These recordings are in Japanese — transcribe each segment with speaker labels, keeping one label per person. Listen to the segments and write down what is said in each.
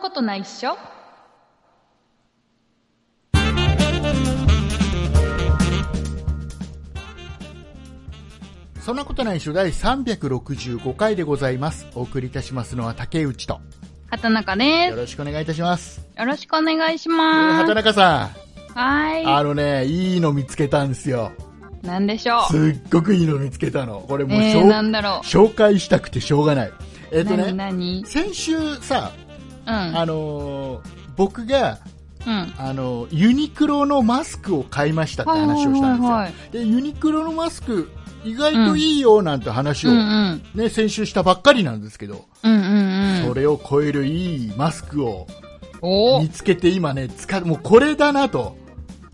Speaker 1: ことないっしょ
Speaker 2: そんなことないっしょ第365回でございます。お送りいたしますのは竹内と。
Speaker 1: 畑中で
Speaker 2: よろしくお願いいたします。
Speaker 1: す。よろしくお願いし
Speaker 2: えー
Speaker 1: ま
Speaker 2: 畑
Speaker 1: す。
Speaker 2: 中さん、
Speaker 1: は
Speaker 2: あのね、いいの見つけたんですよ。
Speaker 1: ーい。なんでしょ
Speaker 2: すっごくいいの見つけたの。これ
Speaker 1: う。
Speaker 2: もうし
Speaker 1: え
Speaker 2: ょ
Speaker 1: ー、
Speaker 2: う、
Speaker 1: なんだろ
Speaker 2: 紹介したくてしょうがない。えっ、
Speaker 1: う。な
Speaker 2: と
Speaker 1: に
Speaker 2: ね、
Speaker 1: なに
Speaker 2: 先週さ、
Speaker 1: うん。
Speaker 2: あのー僕が、
Speaker 1: うん。
Speaker 2: あのーユニクロのマスクを買いましたって話をしたんですよ。
Speaker 1: はいはいはい
Speaker 2: で、ユニクロのマスク、意外といいよなんて話を、
Speaker 1: うんう
Speaker 2: ね
Speaker 1: ん。
Speaker 2: 先週したばっかりなんですけど、
Speaker 1: うんうんう
Speaker 2: そ
Speaker 1: ん。
Speaker 2: れを超えるいいマスクを
Speaker 1: お
Speaker 2: 見つけて今ね、使う、もうこれだなと。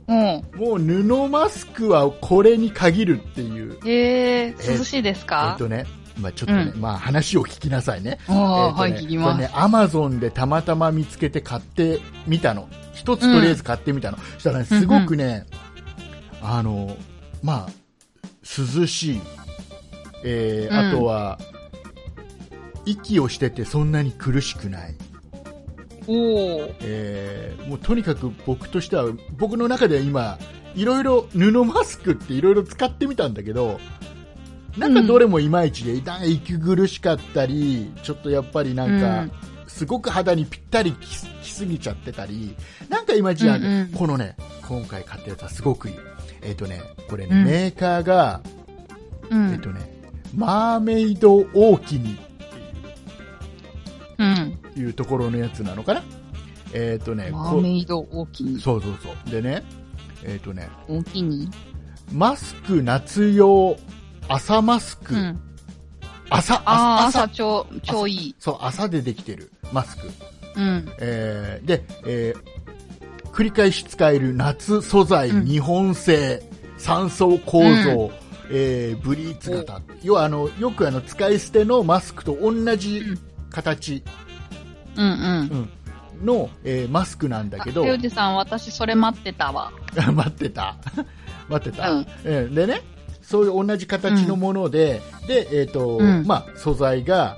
Speaker 1: お
Speaker 2: もう布マスクはこれに限るっていう。
Speaker 1: え
Speaker 2: えー
Speaker 1: ー、涼しいです
Speaker 2: え
Speaker 1: か
Speaker 2: っとね、まあちょっとね、まあ話を聞きなさいね。
Speaker 1: ああ、
Speaker 2: えーと
Speaker 1: はい、
Speaker 2: ね
Speaker 1: 聞きま
Speaker 2: これ
Speaker 1: す。
Speaker 2: ね、アマゾンでたまたま見つけて買ってみたの。一つとりあえず買ってみたの。そしたらね、すごくね、あの、まあ、涼しい。え
Speaker 1: う
Speaker 2: ー
Speaker 1: ん
Speaker 2: あとは、息をしててそんなに苦しくない。
Speaker 1: おお。
Speaker 2: えーもうとにかく僕としては、僕の中では今、いろいろ布マスクっていろいろ使ってみたんだけど、なんかどれもいまいちで、なんか息苦しかったり、ちょっとやっぱりなんか、
Speaker 1: うん
Speaker 2: すごく肌にぴったりきすきすぎちゃってたり、なんかいまいちなんで、
Speaker 1: うんうん
Speaker 2: このね、今回買ったやつはすごくいい。えっ、とね、これ
Speaker 1: う
Speaker 2: ね、
Speaker 1: ん
Speaker 2: メーカーが、
Speaker 1: う
Speaker 2: えっ、
Speaker 1: ん。
Speaker 2: とね、マーメイド大きに
Speaker 1: うん。
Speaker 2: いうところのやつなのかなえっ、とね、
Speaker 1: マ
Speaker 2: こ
Speaker 1: ーメイド大きに。
Speaker 2: そうそうそう。でね、えっ、とね、
Speaker 1: 大きに。
Speaker 2: マスク夏用、朝マスク、
Speaker 1: うん。
Speaker 2: 朝、
Speaker 1: ああ、
Speaker 2: 朝
Speaker 1: 朝、超、超いい。
Speaker 2: そう、朝でできてるマスク。
Speaker 1: うん。
Speaker 2: えーで、えー繰り返し使える夏素材、
Speaker 1: うん
Speaker 2: 日本製、3層構造、えーブリーツ型。要はあの、よくあの、使い捨てのマスクと同じ
Speaker 1: うん
Speaker 2: 形
Speaker 1: うんうん。
Speaker 2: の、えーマスクなんだけど、
Speaker 1: あゆうじさん、私それ待ってたわ。
Speaker 2: 待ってた待ってた、
Speaker 1: うん
Speaker 2: ええでねそういう同じ形のもので、でえっ、と、
Speaker 1: うん
Speaker 2: まあ素材が、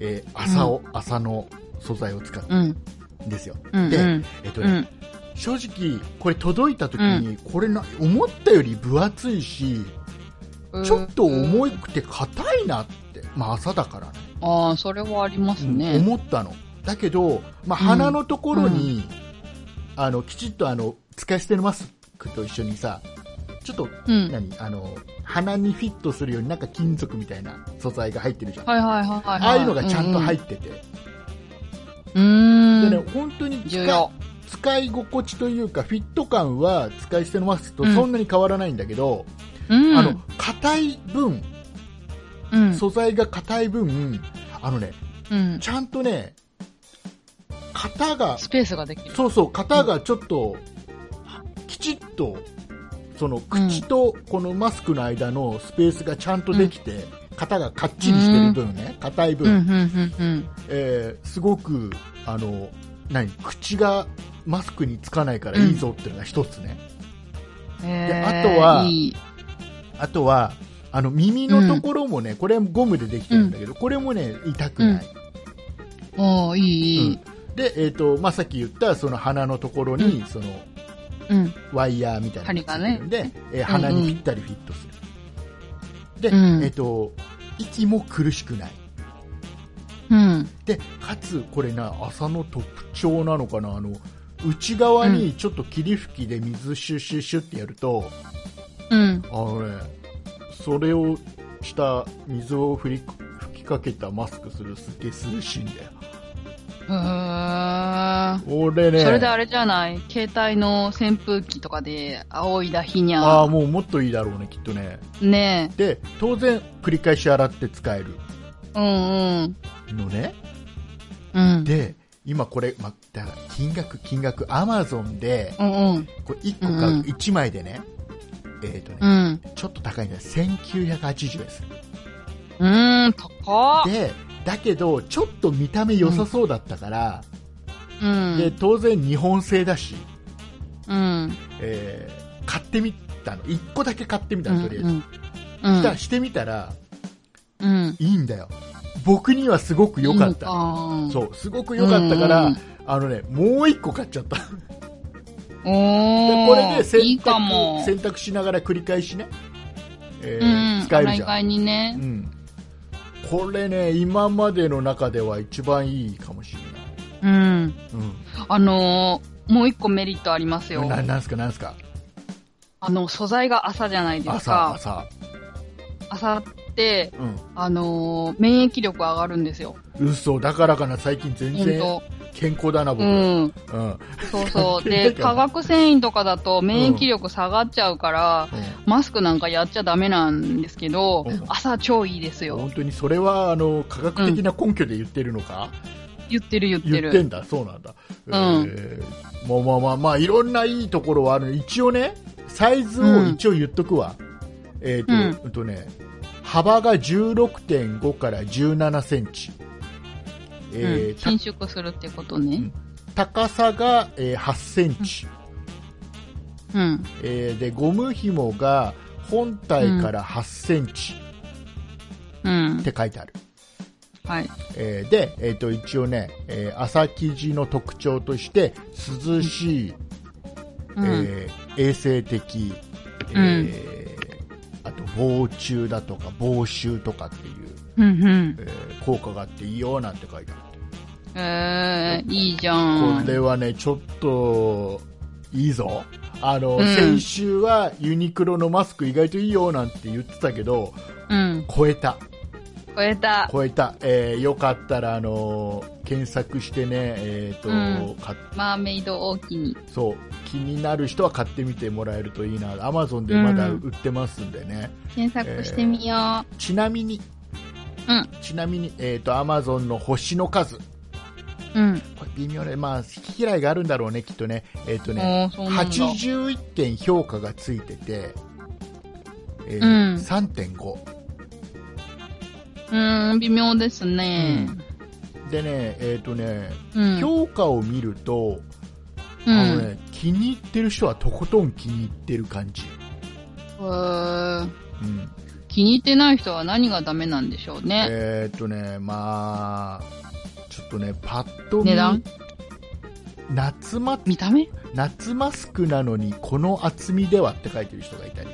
Speaker 2: えー麻を、麻の素材を使っ
Speaker 1: うん。
Speaker 2: たんですよ、
Speaker 1: うん。
Speaker 2: で
Speaker 1: うん。
Speaker 2: えっ、と
Speaker 1: う
Speaker 2: ね、
Speaker 1: ん。
Speaker 2: 正直これ届いた時に、これな思ったより分厚いしちょっと
Speaker 1: い。
Speaker 2: 重くて硬いなってまあ朝だからね
Speaker 1: ああ、それはあります
Speaker 2: うん
Speaker 1: ね。
Speaker 2: 思ったのだけど、まあ、
Speaker 1: うん
Speaker 2: 鼻のところに、あのきちっとあの使い捨てのマスクと一緒にさちょっと
Speaker 1: うん。はい
Speaker 2: 何あの鼻にフィットするようになんか金属みたいな素材が入ってるじゃん、
Speaker 1: はいはいはい。
Speaker 2: ああいうのがちゃんと入
Speaker 1: っ
Speaker 2: ってて、
Speaker 1: うー
Speaker 2: で
Speaker 1: ん。
Speaker 2: ね本当に使
Speaker 1: 重
Speaker 2: い
Speaker 1: 要。
Speaker 2: 使い心地というかフィット感は使い捨てのマスクとそんなに変わらないんだけど、
Speaker 1: うん。
Speaker 2: あの硬い分
Speaker 1: うん、
Speaker 2: 素材が硬い分あのね
Speaker 1: うん。
Speaker 2: ちゃんとね型が
Speaker 1: スペースができる。
Speaker 2: そうそう型がちょっと、きちっとその口とこのマスクの間のスペースがちゃんとできて、型がかっちりしてる分ね硬い分、
Speaker 1: うん、うん、うん、うん。
Speaker 2: えーすごくあの何口がマスクにつかないからいいぞっていうのが一つね、
Speaker 1: え
Speaker 2: あとはい
Speaker 1: い。
Speaker 2: あとはあの耳のところもね、これはゴムでできてるんだけど、これもね痛くない、
Speaker 1: おーいい、いい。
Speaker 2: うんで、えーとまあ、さっき言ったその鼻のところに、その
Speaker 1: うん。
Speaker 2: ワイヤーみたいなのついてるんで、えー鼻にぴったりフィットする、で、
Speaker 1: うん
Speaker 2: えっ、と息も苦しくない
Speaker 1: うん。
Speaker 2: でかつこれな麻の特徴なのかなあの内側にちょっと霧吹きで水シュッシュッシュッってやると、
Speaker 1: うん。
Speaker 2: あのねそれをした水を振り吹きかけたマスクするすっげえ涼しいんだよ
Speaker 1: うーん。
Speaker 2: 俺ね
Speaker 1: それであれじゃない携帯の扇風機とかで、仰いだ日に
Speaker 2: あ
Speaker 1: ゃ
Speaker 2: あ、もうもっといいだろうねきっとね
Speaker 1: ね
Speaker 2: で当然繰り返し洗って使える
Speaker 1: え。うんうん。
Speaker 2: のね
Speaker 1: うん。
Speaker 2: で今これ、ま、だから金額金額アマゾンで
Speaker 1: うんうん。
Speaker 2: これ1個買
Speaker 1: うんう
Speaker 2: うん1枚でね、えっ、とね、
Speaker 1: うん。
Speaker 2: ちょっと高いんだよ1980円です
Speaker 1: うーん、高っ。
Speaker 2: でだけどちょっと見た目良さそうだったから、
Speaker 1: うん。
Speaker 2: で当然日本製だし、
Speaker 1: うん。
Speaker 2: えー買ってみたの1個だけ買ってみた
Speaker 1: う
Speaker 2: の
Speaker 1: ん
Speaker 2: とりあえず、
Speaker 1: うん。
Speaker 2: したらしてみたら
Speaker 1: うん。
Speaker 2: いいんだよ僕にはすごく良かった。
Speaker 1: うん
Speaker 2: そう、すごく良かったから、
Speaker 1: うんうん
Speaker 2: あのね、もう一個買っちゃった。で
Speaker 1: お
Speaker 2: これで
Speaker 1: ー
Speaker 2: 洗濯
Speaker 1: いいかも。
Speaker 2: 洗濯しながら繰り返しね、え
Speaker 1: う
Speaker 2: ー
Speaker 1: ん、
Speaker 2: 使えるじ
Speaker 1: 洗い替
Speaker 2: ゃ
Speaker 1: え
Speaker 2: ん。
Speaker 1: にね
Speaker 2: う。ん。これね、今までの中では一番いいかもしれ
Speaker 1: うん。
Speaker 2: ない。
Speaker 1: あのーもう一個メリットあります
Speaker 2: う
Speaker 1: よ
Speaker 2: ん。。ななんすか、なんすか。
Speaker 1: あの、素材が朝じゃないです
Speaker 2: 朝、
Speaker 1: か。
Speaker 2: 朝。
Speaker 1: 朝って、
Speaker 2: うん。
Speaker 1: あのー免疫力上がるんですよ。
Speaker 2: 嘘、だからかな、最近全然
Speaker 1: 本
Speaker 2: 健康だな、
Speaker 1: 当。
Speaker 2: 僕。
Speaker 1: う
Speaker 2: うん。
Speaker 1: ん。
Speaker 2: うん。
Speaker 1: そう そう。
Speaker 2: 関係ない
Speaker 1: で、
Speaker 2: かな
Speaker 1: 化学繊維とかだと免疫力下がっちゃうから、マスクなんかやっちゃダメなんですけど
Speaker 2: うん、
Speaker 1: 朝超いいですよ。
Speaker 2: 本当にそれはあの科学的な根拠で言ってるのか、
Speaker 1: 言ってる言って
Speaker 2: 言って
Speaker 1: る。
Speaker 2: んだ、そうなんだ、
Speaker 1: ん
Speaker 2: えーまあまあまあ、まあ、いろんないいところはある一応ね、サイズを一応言っとくわ、えっ、と、
Speaker 1: うん
Speaker 2: うんとね、幅が16.5から17センチ、
Speaker 1: うん
Speaker 2: えーた
Speaker 1: 伸縮するってことね。
Speaker 2: 高さが、えー8センチ、
Speaker 1: うん。
Speaker 2: えーでゴム紐が本体から8センチ
Speaker 1: うん
Speaker 2: っ。て書いてある。
Speaker 1: はい。
Speaker 2: えーで、えー、と一応ね、えー朝生地の特徴として涼しい、
Speaker 1: うん
Speaker 2: えー衛生的、えーあと防虫だとか防臭とかっていう、
Speaker 1: うんうん
Speaker 2: え。ー効果があっていいよなんて書いてある、
Speaker 1: えー、いいじゃん。
Speaker 2: これはねちょっといいぞあの、
Speaker 1: うん
Speaker 2: 先週はユニクロのマスク意外といいよなんて言ってたけど
Speaker 1: うん。
Speaker 2: 超えた
Speaker 1: 超えた。
Speaker 2: 超えた、えーよかったら、あのー検索してね、えーと
Speaker 1: うん
Speaker 2: 買っ
Speaker 1: マーメイド大きに。
Speaker 2: そう気になる人は買ってみてもらえるといいな、アマゾンでまだ売ってますんでね、
Speaker 1: 検索してみよう。
Speaker 2: ちなみに、
Speaker 1: うん
Speaker 2: ちなみに、えー、とアマゾンの星の数、こ
Speaker 1: うん。
Speaker 2: れ微妙で、まあ、好き嫌いがあるんだろうね、きっとね、えーとね
Speaker 1: おー、そうなんだ。
Speaker 2: 81点評価がついてて、えー
Speaker 1: うん
Speaker 2: 3.5。
Speaker 1: うーん、微妙ですね。
Speaker 2: でね、えっ、とね、
Speaker 1: うん。
Speaker 2: 評価を見ると、
Speaker 1: う
Speaker 2: あの
Speaker 1: ん。
Speaker 2: ね、気に入ってる人はとことん気に入ってる感じ。
Speaker 1: うーん
Speaker 2: うん
Speaker 1: 気に入ってない人は何がダメなんでしょうね。
Speaker 2: えーっとね、まあ、ちょっとね、パッと見
Speaker 1: 値段
Speaker 2: 夏ま
Speaker 1: 見た目
Speaker 2: 夏マスクなのにこの厚みではって書いてる人がいたり、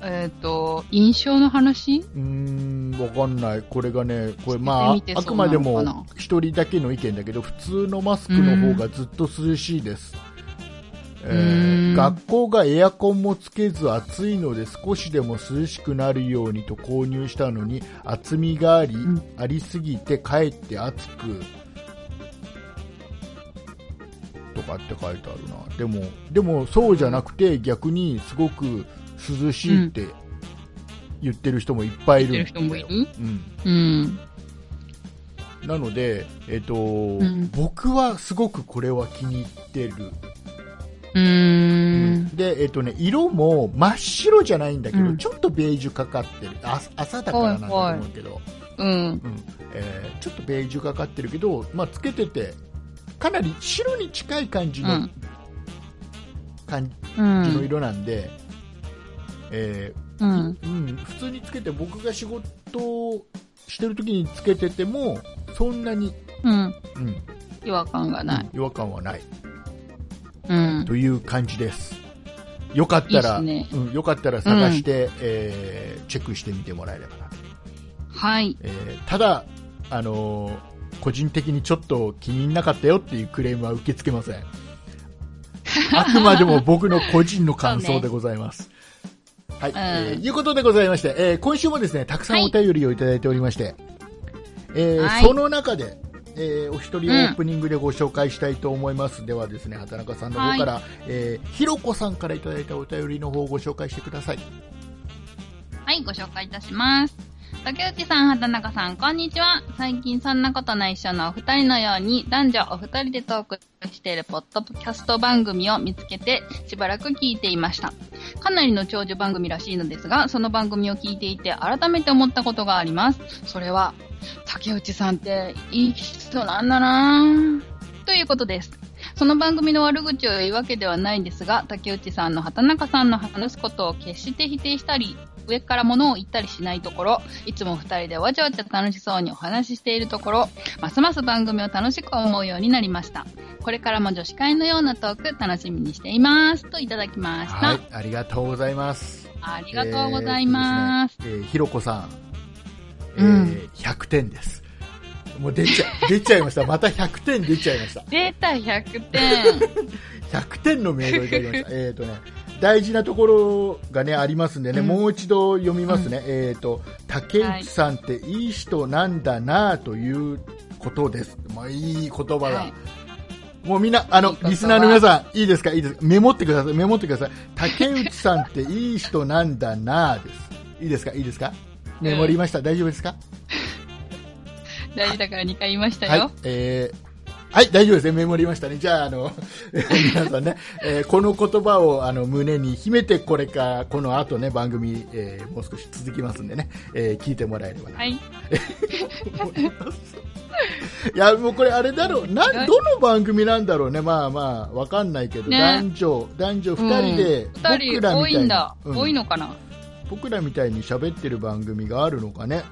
Speaker 1: えっ、と、印象の話
Speaker 2: うーん、わかんない、これがね、こ
Speaker 1: 着て
Speaker 2: れ、ま
Speaker 1: みて
Speaker 2: あ、あ
Speaker 1: そ
Speaker 2: く
Speaker 1: うな
Speaker 2: ま
Speaker 1: の
Speaker 2: で
Speaker 1: かな
Speaker 2: も一人だけの意見だけど、普通のマスクの方がずっと涼しいです。えー
Speaker 1: うん
Speaker 2: 学校がエアコンもつけず暑いので少しでも涼しくなるようにと購入したのに厚みがあり,、
Speaker 1: ん
Speaker 2: ありすぎてかえって暑くとかって書いてあるなでもでもそうじゃなくて逆にすごく涼しいって言ってる人もいっぱいい
Speaker 1: 見て
Speaker 2: る
Speaker 1: る
Speaker 2: ん
Speaker 1: 人
Speaker 2: だよ
Speaker 1: もいるう
Speaker 2: うん、
Speaker 1: ん。
Speaker 2: なので、えっと
Speaker 1: ん
Speaker 2: 僕はすごくこれは気に入ってる、
Speaker 1: うーん。
Speaker 2: で、えっとね、色も真っ白じゃないんだけど、
Speaker 1: うん
Speaker 2: ちょっとベージュかかってるあ朝だからなんだと思うけど、
Speaker 1: うん。
Speaker 2: うんえーちょっとベージュかかってるけど、まあ、つけててかなり白に近い感じの,、
Speaker 1: うん
Speaker 2: 感
Speaker 1: う
Speaker 2: じの
Speaker 1: ん。
Speaker 2: 色なんで、え
Speaker 1: うん。
Speaker 2: ーうん、普通につけて僕が仕事をしてる時につけててもそんなに、
Speaker 1: うん。
Speaker 2: うん、
Speaker 1: 違和感がない。
Speaker 2: 違和感はない
Speaker 1: うん。
Speaker 2: という感じです。よかったら、
Speaker 1: いいっす
Speaker 2: うん、よかったら探して、えーチェックしてみてもらえればなと、
Speaker 1: はい。
Speaker 2: えーただ、あのー個人的にちょっと気に入んなかったよっていうクレームは受け付けませ ん。あくまでも僕の個人の感想でございます。はい、
Speaker 1: ん
Speaker 2: えーいうことでございまして、えー今週もですね、たくさんお便りをいただいておりまして、えー
Speaker 1: はい
Speaker 2: その中で、えーお一人オープニングでご紹介したいと思います。ではですね、畑中さんの方から、えーひろこさんからいただいたお便りの方をご紹介してください。
Speaker 1: はい、ご紹介いたします。竹内さん、畑中さん、こんにちは。最近そんなことないっしょのお二人のように、男女お二人でトークしているポッドキャスト番組を見つけて、しばらく聞いていました。かなりの長寿番組らしいのですが、その番組を聞いていて、改めて思ったことがあります。それは、竹内さんっていい人なんだなぁ。ということです。その番組の悪口を言うわけではないんですが、竹内さんの畑中さんの話すことを決して否定したり、上から物を言ったりしないところ、いつも二人でわちゃわちゃ楽しそうにお話ししているところ、ますます番組を楽しく思うようになりました。これからも女子会のようなトーク楽しみにしています。といただきました。
Speaker 2: はい、ありがとうございます。
Speaker 1: ありがとうございます。
Speaker 2: えーとですねえーひろこさん、え
Speaker 1: うん
Speaker 2: ー100点です。もう出ちゃ、 出ちゃいました。また100点出ちゃいました。
Speaker 1: 出た100点。
Speaker 2: 100点のメールをいただきま した。えっとね、大事なところがね、ありますんでね、
Speaker 1: うん
Speaker 2: もう一度読みますね。えっ、と、竹内さんっていい人なんだなあということです。もういい言葉だ。
Speaker 1: はい
Speaker 2: もうみんな、あの
Speaker 1: いい言、葉
Speaker 2: リスナーの皆さん、いいですかいいですかメモってください。メモってください。竹内さんっていい人なんだなあです。いいですかいいですかメモりました。大丈夫ですか
Speaker 1: 大事だから2回言いました
Speaker 2: はい
Speaker 1: よ。、
Speaker 2: えーはい、大丈夫ですね。メモりましたね。じゃあ、あの、 皆さんね、えーこの言葉をあの胸に秘めて、これか、この後ね、番組、えーもう少し続きますんでね、えー聞いてもらえればな
Speaker 1: はい。
Speaker 2: と思います。いや、もうこれあれだろう。な、どの番組なんだろうね。まあまあ、わかんないけど、
Speaker 1: ね
Speaker 2: 男女、男女二人で、
Speaker 1: うん二人
Speaker 2: 僕らみ
Speaker 1: 多
Speaker 2: た
Speaker 1: い
Speaker 2: い
Speaker 1: ん
Speaker 2: に
Speaker 1: だ。
Speaker 2: うん
Speaker 1: 多いのかな。
Speaker 2: 僕らみたいに喋ってる番組があるのかね。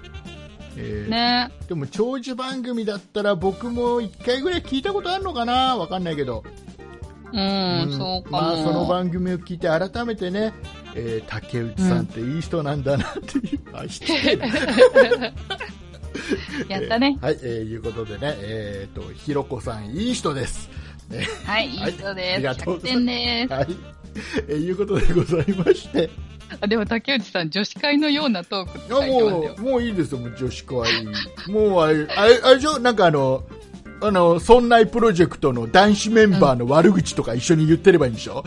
Speaker 2: えー
Speaker 1: ね
Speaker 2: でも長寿番組だったら僕も1回ぐらい聞いたことあるのかなわかんないけど、
Speaker 1: うん、
Speaker 2: うん
Speaker 1: そうかも。
Speaker 2: まあ、その番組を聞いて改めてね、えー竹内さんっていい人なんだなっていう、あ失礼だ
Speaker 1: やったね。
Speaker 2: はい、えーいうことでね、えー、とひろこさんいい人です
Speaker 1: はい、いい人
Speaker 2: あ
Speaker 1: で
Speaker 2: り
Speaker 1: す。
Speaker 2: がと
Speaker 1: 100
Speaker 2: うございます
Speaker 1: 点です。
Speaker 2: はい、えーいうことでございまして
Speaker 1: あでも竹内さん、女子会のようなトークって
Speaker 2: あ
Speaker 1: 書いてます
Speaker 2: も
Speaker 1: よ
Speaker 2: う。もういいですよもう女子会もうあれあれあれでしょなんかあのあの村内プロジェクトの男子メンバーの悪口とか一緒に言ってればいいんでしょ、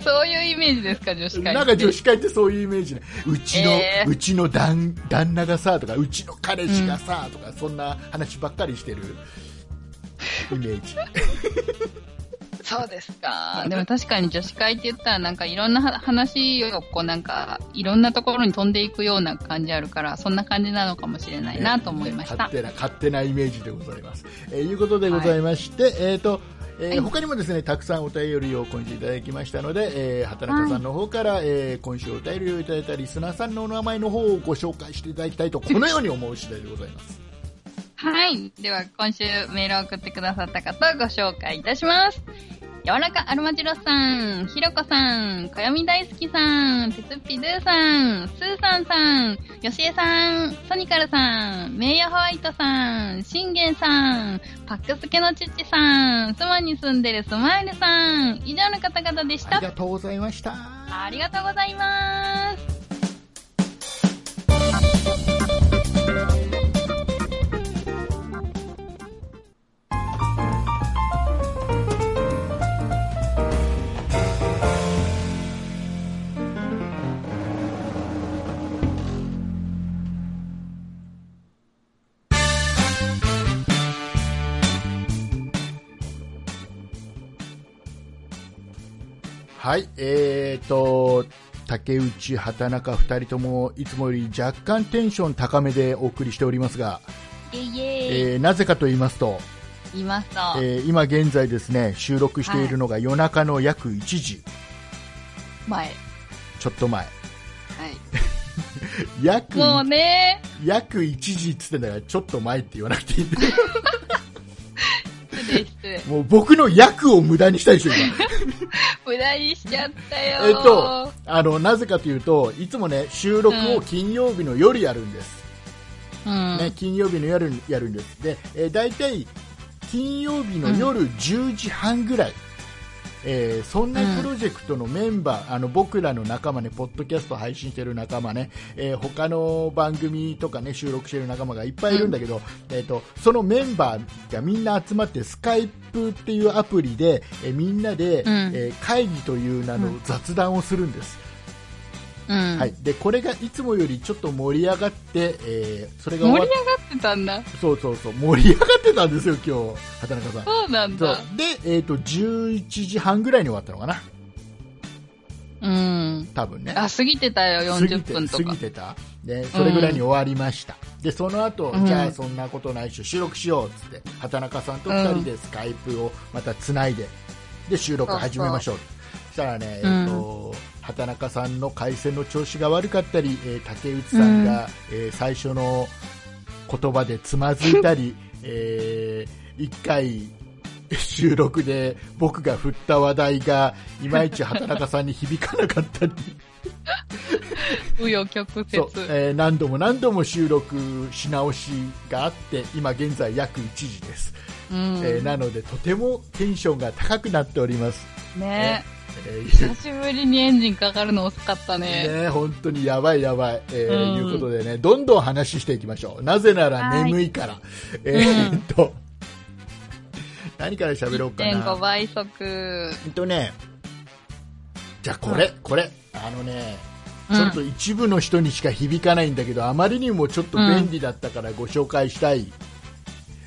Speaker 1: そういうイメージですか、女子会って。
Speaker 2: なんか女子会ってそういうイメージね。うちの、
Speaker 1: えー
Speaker 2: うちの旦旦那がさ、とか、うちの彼氏がさ、とか、そんな話ばっかりしてるイメージ。
Speaker 1: そうですか。でも確かに女子会って言ったら、なんかいろんなは話を、こうなんか、いろんなところに飛んでいくような感じあるから、そんな感じなのかもしれないなと思いました
Speaker 2: 勝。手な、勝手なイメージでございます。えーいうことでございまして、えっ、と、えー
Speaker 1: はい
Speaker 2: 他にもですね、たくさんお便りを今週いただきましたので、えー畑中さんの方から、えー今週お便りをいただいたリスナーさんのお名前の方をご紹介していただきたいと、このように思う次第でございます。
Speaker 1: はい。では、今週メールを送ってくださった方をご紹介いたします。柔らかアルマジロさん、ひろこさん、こよみ大好きさん、てつっぴずーさん、すーさんさん、よしえさん、ソニカルさん、名誉ホワイトさん、しんげんさん、パックスケのちっちさん、スマに住んでるスマイルさん、以上の方々でした
Speaker 2: あり。がとうございました。
Speaker 1: ありがとうございます。
Speaker 2: はい、えーと、竹内、畑中、二人ともいつもより若干テンション高めでお送りしておりますが、
Speaker 1: イェイイェイ。
Speaker 2: えーなぜかと言いますと、
Speaker 1: 言いますと、
Speaker 2: えー今現在ですね、収録しているのが夜中の約1時、
Speaker 1: 前。は
Speaker 2: ちょっと前。
Speaker 1: い。
Speaker 2: 約、
Speaker 1: もうね、
Speaker 2: 約1時っつってんだから、ちょっと前って言わなくていいん で、
Speaker 1: 失礼失礼。
Speaker 2: もう僕の約を無駄にしたでしょ、今。
Speaker 1: 無駄にしちゃったよー。
Speaker 2: えっと、あの、なぜかというと、いつもね、収録を金曜日の夜やるんです。
Speaker 1: うん。
Speaker 2: ね、金曜日の夜にやるんですで、えー、大体金曜日の夜10時半ぐらい、えーそんなプロジェクトのメンバー、あの僕らの仲間ね、ポッドキャスト配信してる仲間ね、えー他の番組とかね、収録してる仲間がいっぱいいるんだけど、えー、とそのメンバーがみんな集まって、スカイプっていうアプリで、えーみんなで、
Speaker 1: うん
Speaker 2: えー会議という名の雑談をするんです。
Speaker 1: うん。
Speaker 2: はい、でこれがいつもよりちょっと盛り上がって、えーそれが
Speaker 1: 盛
Speaker 2: 終
Speaker 1: り上
Speaker 2: わ
Speaker 1: が
Speaker 2: っ
Speaker 1: ってたんだ。
Speaker 2: そうそうそう、盛り上がってたんですよ、今日、畑中さん。
Speaker 1: そうなん
Speaker 2: そ
Speaker 1: だ。
Speaker 2: うで、えっ、と、11時半ぐらいに終わったのかな、
Speaker 1: うん。
Speaker 2: 多分ね。
Speaker 1: あ、過ぎてたよ、
Speaker 2: 過ぎ
Speaker 1: 40
Speaker 2: て
Speaker 1: 分と
Speaker 2: 過
Speaker 1: か
Speaker 2: ぎ。てたで、それぐらいに終わりました。で、その後、
Speaker 1: うん
Speaker 2: じゃあそんなことないし、収録しようっつって、畑中さんと2人でスカイプをまたつないで、で、収録始めましょう。そしたらね、えっ、と、畑中さんの回線の調子が悪かったり、えー竹内さんが、えー最初の言葉でつまずい たり、えー一回収録で僕が振った話題がいまいち畑中さんに響かなかったり
Speaker 1: 紆余曲折。
Speaker 2: そう、えー何度も何度も収録し直しがあって今現在約1時です、
Speaker 1: うん。
Speaker 2: えーなのでとてもテンションが高くなっております、
Speaker 1: ね
Speaker 2: えー
Speaker 1: 久しぶりにエンジンかかるの遅かった ね。
Speaker 2: ね、本当にやばいやばい、えー
Speaker 1: うん
Speaker 2: いうことでね、どんどん話していきましょう。なぜなら眠いから。えー
Speaker 1: うん
Speaker 2: っと、何から喋ろうか
Speaker 1: 1.5
Speaker 2: な。
Speaker 1: 倍速。
Speaker 2: えっとね、じゃあこれ、これ、あのね、
Speaker 1: うん
Speaker 2: ちょっと一部の人にしか響かないんだけど、あまりにもちょっと便利だったからご紹介したい。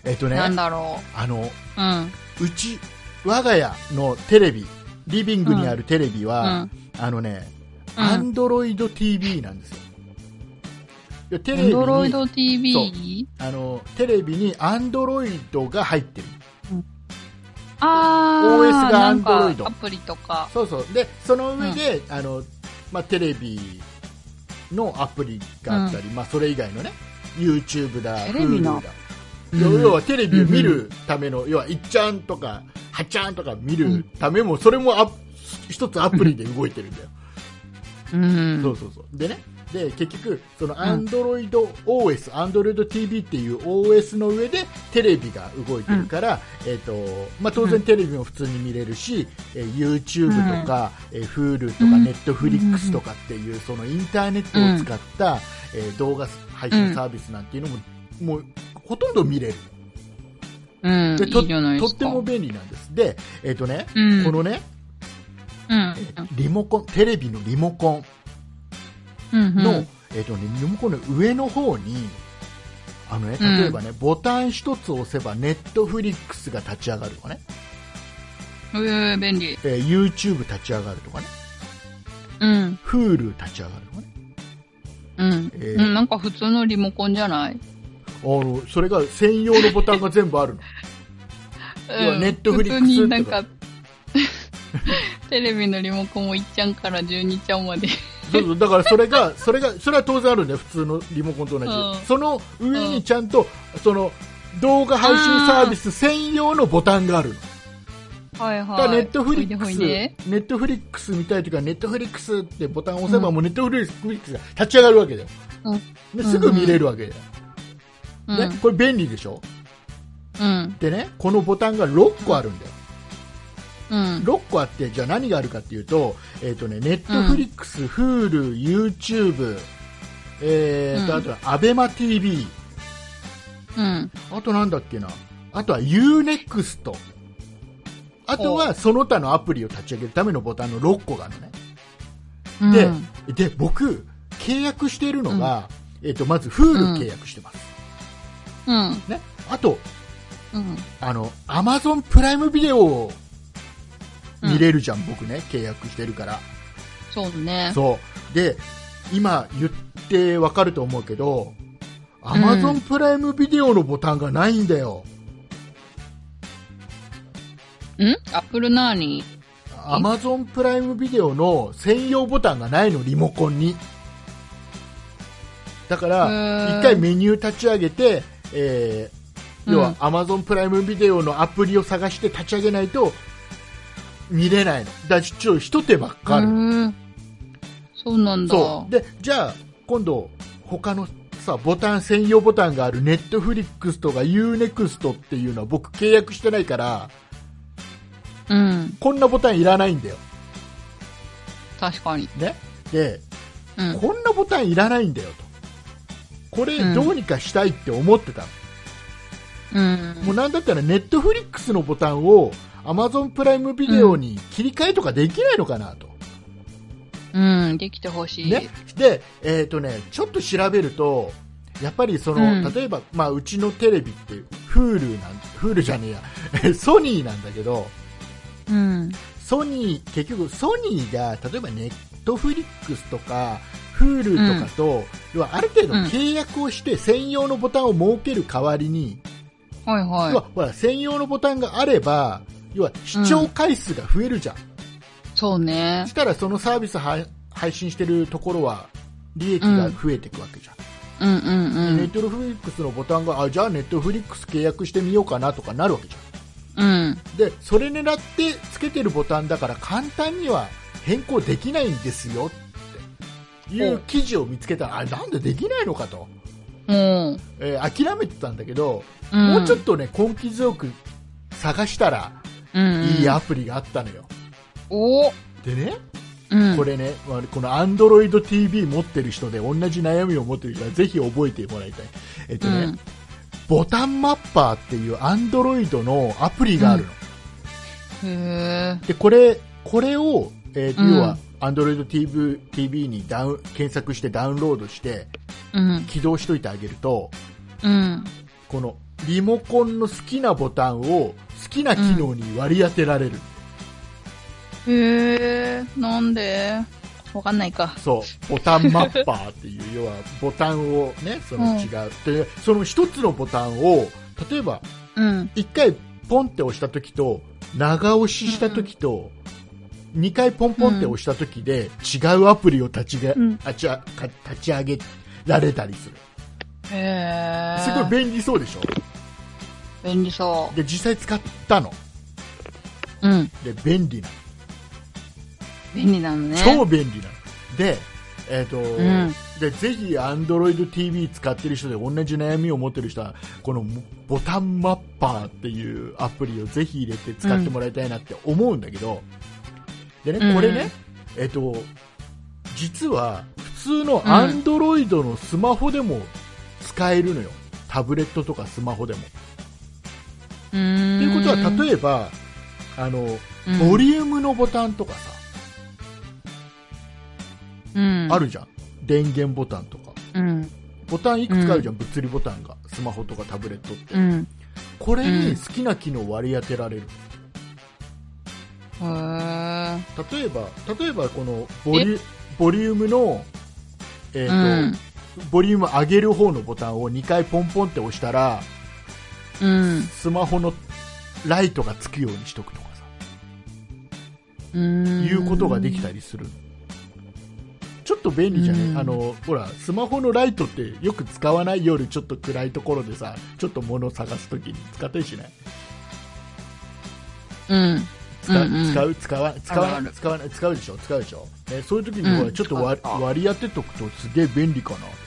Speaker 2: えっとね、
Speaker 1: なん
Speaker 2: あ
Speaker 1: だろ
Speaker 2: の、
Speaker 1: う。うん。
Speaker 2: うち、我が家のテレビ、リビングにあるテレビは、あのね、
Speaker 1: うん
Speaker 2: アンドロイド TV なんですよ。いやテレ
Speaker 1: う
Speaker 2: ビ
Speaker 1: ん。ドロイ
Speaker 2: に
Speaker 1: ド TV?
Speaker 2: そうあのテレビにアンドロイドが入ってる。
Speaker 1: あー、
Speaker 2: OS が
Speaker 1: なんか
Speaker 2: Android
Speaker 1: アプリとか。
Speaker 2: そうそう。でその上で、あのまあテレビのアプリがあったり、まあそれ以外のね、YouTube だ、
Speaker 1: テレビ
Speaker 2: Hulu だ
Speaker 1: の。
Speaker 2: 要
Speaker 1: うん
Speaker 2: 要はテレビを見るための、要はいっちゃんとかはっちゃんとか見るためも、それもア一つアプリで動いてるんだよ。
Speaker 1: うん。
Speaker 2: そうそうそう。でね、で、結局、その Android OS、Android TV っていう OS の上でテレビが動いてるから、えっ、と、まあ、当
Speaker 1: う
Speaker 2: 然
Speaker 1: ん
Speaker 2: テレビも普通に見れるし、えー YouTube とか、えー Hulu とか
Speaker 1: うん
Speaker 2: Netflix とかっていう、そのインターネットを使った、えー動画配信サービスなんていうのも、もう、ほとんど見れる。
Speaker 1: うん。
Speaker 2: でと
Speaker 1: いいじゃないで
Speaker 2: と
Speaker 1: す
Speaker 2: っ
Speaker 1: か。
Speaker 2: ても便利なんです。で、えっ、とね、
Speaker 1: うん。
Speaker 2: このね、
Speaker 1: うん。
Speaker 2: リモコン、テレビのリモコン、
Speaker 1: うん。うん。
Speaker 2: の、えっ、とね、リモコンの上の方に、あのね、例えばね、ボタン一つ押せば、ネットフリックスが立ち上がるとかね、
Speaker 1: えー、便利。
Speaker 2: えー YouTube 立ち上がるとかね、
Speaker 1: うん。
Speaker 2: Hulu 立ち上がるとかね、
Speaker 1: うん。
Speaker 2: え
Speaker 1: う
Speaker 2: ー
Speaker 1: んなんか普通のリモコンじゃない
Speaker 2: あの、それが専用のボタンが全部 あるの。要は
Speaker 1: うん
Speaker 2: Netflix
Speaker 1: 普通になんか
Speaker 2: と、
Speaker 1: テレビのリモコンも1ちゃんから12ちゃんまで。
Speaker 2: そうそう、だからそれが、それが、それは当然あるんだよ、普通のリモコンと同じ。
Speaker 1: うん
Speaker 2: その上にちゃんと、その、動画配信サービス専用のボタンがあるの。
Speaker 1: はいはい。
Speaker 2: だからネットフリック
Speaker 1: ほ
Speaker 2: ス、
Speaker 1: いでほいで
Speaker 2: ネットフリックス見たいときは、ネットフリックスってボタンを押せば、もうネットフリックスが立ち上がるわけだよ。
Speaker 1: うん
Speaker 2: ですぐ見れるわけだよ。
Speaker 1: うん。
Speaker 2: ね、これ便利でしょ
Speaker 1: うん。
Speaker 2: でね、このボタンが6個あるんだよ。
Speaker 1: うん。
Speaker 2: 6個あって、じゃあ何があるかっていうと、えっ、とね、ネットフリックス、Hulu、YouTube、えーと、
Speaker 1: うん
Speaker 2: あとは ABEMATV、
Speaker 1: うん。
Speaker 2: あとなんだっけな、あとは UNEXT、あとはその他のアプリを立ち上げるためのボタンの6個があるのね。
Speaker 1: うん
Speaker 2: で、で僕、契約しているのが、えっとまず Hulu 契約してます、
Speaker 1: うん。
Speaker 2: ね、あと
Speaker 1: うん。
Speaker 2: あの Amazon プライムビデオを見れるじゃん、僕ね契約してるから、
Speaker 1: そうね。
Speaker 2: そうで今言ってわかると思うけど Amazon プライムビデオのボタンがないんだよ、
Speaker 1: んアップルナーに
Speaker 2: Amazon プライムビデオの専用ボタンがないのリモコンにだか
Speaker 1: へー
Speaker 2: ら一回メニュー立ち上げて、えー要は Amazon プライムビデオのアプリを探して立ち上げないと見れないのだちょっと一手間かかる、
Speaker 1: うんそうなんだ。
Speaker 2: そうでじゃあ今度他のさボタン専用ボタンがある Netflix とか Unext っていうのは僕契約してないから
Speaker 1: うん。
Speaker 2: こんなボタンいらないんだよ
Speaker 1: 確かに。
Speaker 2: ねで
Speaker 1: うん。
Speaker 2: こんなボタンいらないんだよと。これ
Speaker 1: うん
Speaker 2: どうにかしたいって思ってたの、
Speaker 1: うん。
Speaker 2: もうなんだったらネットフリックスのボタンを Amazon プライムビデオに切り替えとかできないのかなと。
Speaker 1: うん。できてほしい。
Speaker 2: ね、で、えっ、とね、ちょっと調べると、やっぱりその、
Speaker 1: うん
Speaker 2: 例えば、まあ、うちのテレビって、Hulu なん、Hulu じゃねえや、 ソニーなんだけど、
Speaker 1: うん。
Speaker 2: ソニー、結局ソニーが、例えばネットフリックスとか、Hulu とかと、要はある程度
Speaker 1: うん
Speaker 2: 契約をして専用のボタンを設ける代わりに、
Speaker 1: はい
Speaker 2: 要は
Speaker 1: は
Speaker 2: ほら、専用のボタンがあれば、要は視聴回数が増えるじゃん。
Speaker 1: い。そうね
Speaker 2: そし。たらそのサービスは配信してるところは利益が増えていくわけじゃん、
Speaker 1: うんうんう
Speaker 2: ネッ
Speaker 1: ん。
Speaker 2: トフリックスのボタンがあじゃあネットフリックス契約してみようかなとかなるわけじゃん
Speaker 1: うん。
Speaker 2: でそれ狙ってつけてるボタンだから簡単には変更できないんですよっていう記事を見つけたらあなんでできないのかと、
Speaker 1: もう。
Speaker 2: えー諦めてたんだけど、
Speaker 1: うん、
Speaker 2: もうちょっとね根気強く探したら
Speaker 1: うんうん、
Speaker 2: いいアプリがあったのよ、
Speaker 1: お
Speaker 2: でね
Speaker 1: うん。
Speaker 2: これね、まあこの AndroidTV 持ってる人で同じ悩みを持ってる人はぜひ覚えてもらいたい、えっと
Speaker 1: う
Speaker 2: ね
Speaker 1: ん。
Speaker 2: ボタンマッパーっていう Android のアプリがあるの、
Speaker 1: へ
Speaker 2: でこれこれを、えー
Speaker 1: うん
Speaker 2: 要は Android TV, TV にダウン検索してダウンロードして
Speaker 1: ーうん。
Speaker 2: 起動しといてあげると
Speaker 1: うん。
Speaker 2: このリモコンの好きなボタンを好きな機能に割り当てられる、
Speaker 1: へーなんでわかんないか。
Speaker 2: そうボタンマッパーっていう要はボタンをねその違う、でその一つのボタンを例えば
Speaker 1: うん。
Speaker 2: 一回ポンって押した時と長押しした時と、二回ポンポンって押した時で違うアプリを立ちが、
Speaker 1: うん
Speaker 2: あちあか立ち上げられたりする
Speaker 1: へー
Speaker 2: すごい便利そうでしょ
Speaker 1: 便利そ
Speaker 2: で実際使ったの
Speaker 1: う。うん。
Speaker 2: で便利な
Speaker 1: 便利なのね。
Speaker 2: 超便利なのでえっと
Speaker 1: ん
Speaker 2: でぜひ AndroidTV 使ってる人で同じ悩みを持ってる人はこのボタンマッパーっていうアプリをぜひ入れて使ってもらいたいなって思うんだけど、で
Speaker 1: う
Speaker 2: ね
Speaker 1: ん
Speaker 2: これね、えっと実は普通の Android のスマホでも使えるのよ、タブレットとかスマホでも。
Speaker 1: うーん。
Speaker 2: ということは
Speaker 1: え
Speaker 2: 例えばあの
Speaker 1: ば
Speaker 2: ボリュームのボタンとかさ、
Speaker 1: うん。
Speaker 2: あるじゃん電源ボタンとか
Speaker 1: うん。
Speaker 2: ボタンいくつかあるじゃん、物理ボタンがスマホとかタブレットって、
Speaker 1: うん。
Speaker 2: これに好きな機能を割り当てられる
Speaker 1: へー
Speaker 2: 例えば例えばこのボリュボリュームのえっ、と、ボリューム上げる方のボタンを2回ポンポンって押したら
Speaker 1: うん。
Speaker 2: スマホのライトがつくようにしとくとかさ、
Speaker 1: うん。
Speaker 2: いうことができたりするちょっと便利じゃね、
Speaker 1: うん
Speaker 2: あのほらスマホのライトってよく使わない夜ちょっと暗いところでさちょっと物を探すときに使ったりしない
Speaker 1: うん。
Speaker 2: 使う
Speaker 1: うんうん
Speaker 2: 使う使わ使わ
Speaker 1: あるある
Speaker 2: 使わない使うでしょ使うでしょ、ね、そういう時
Speaker 1: うん
Speaker 2: にほらちょっと割,、
Speaker 1: 使う
Speaker 2: 割り当てとくとすげえ便利かなと思っ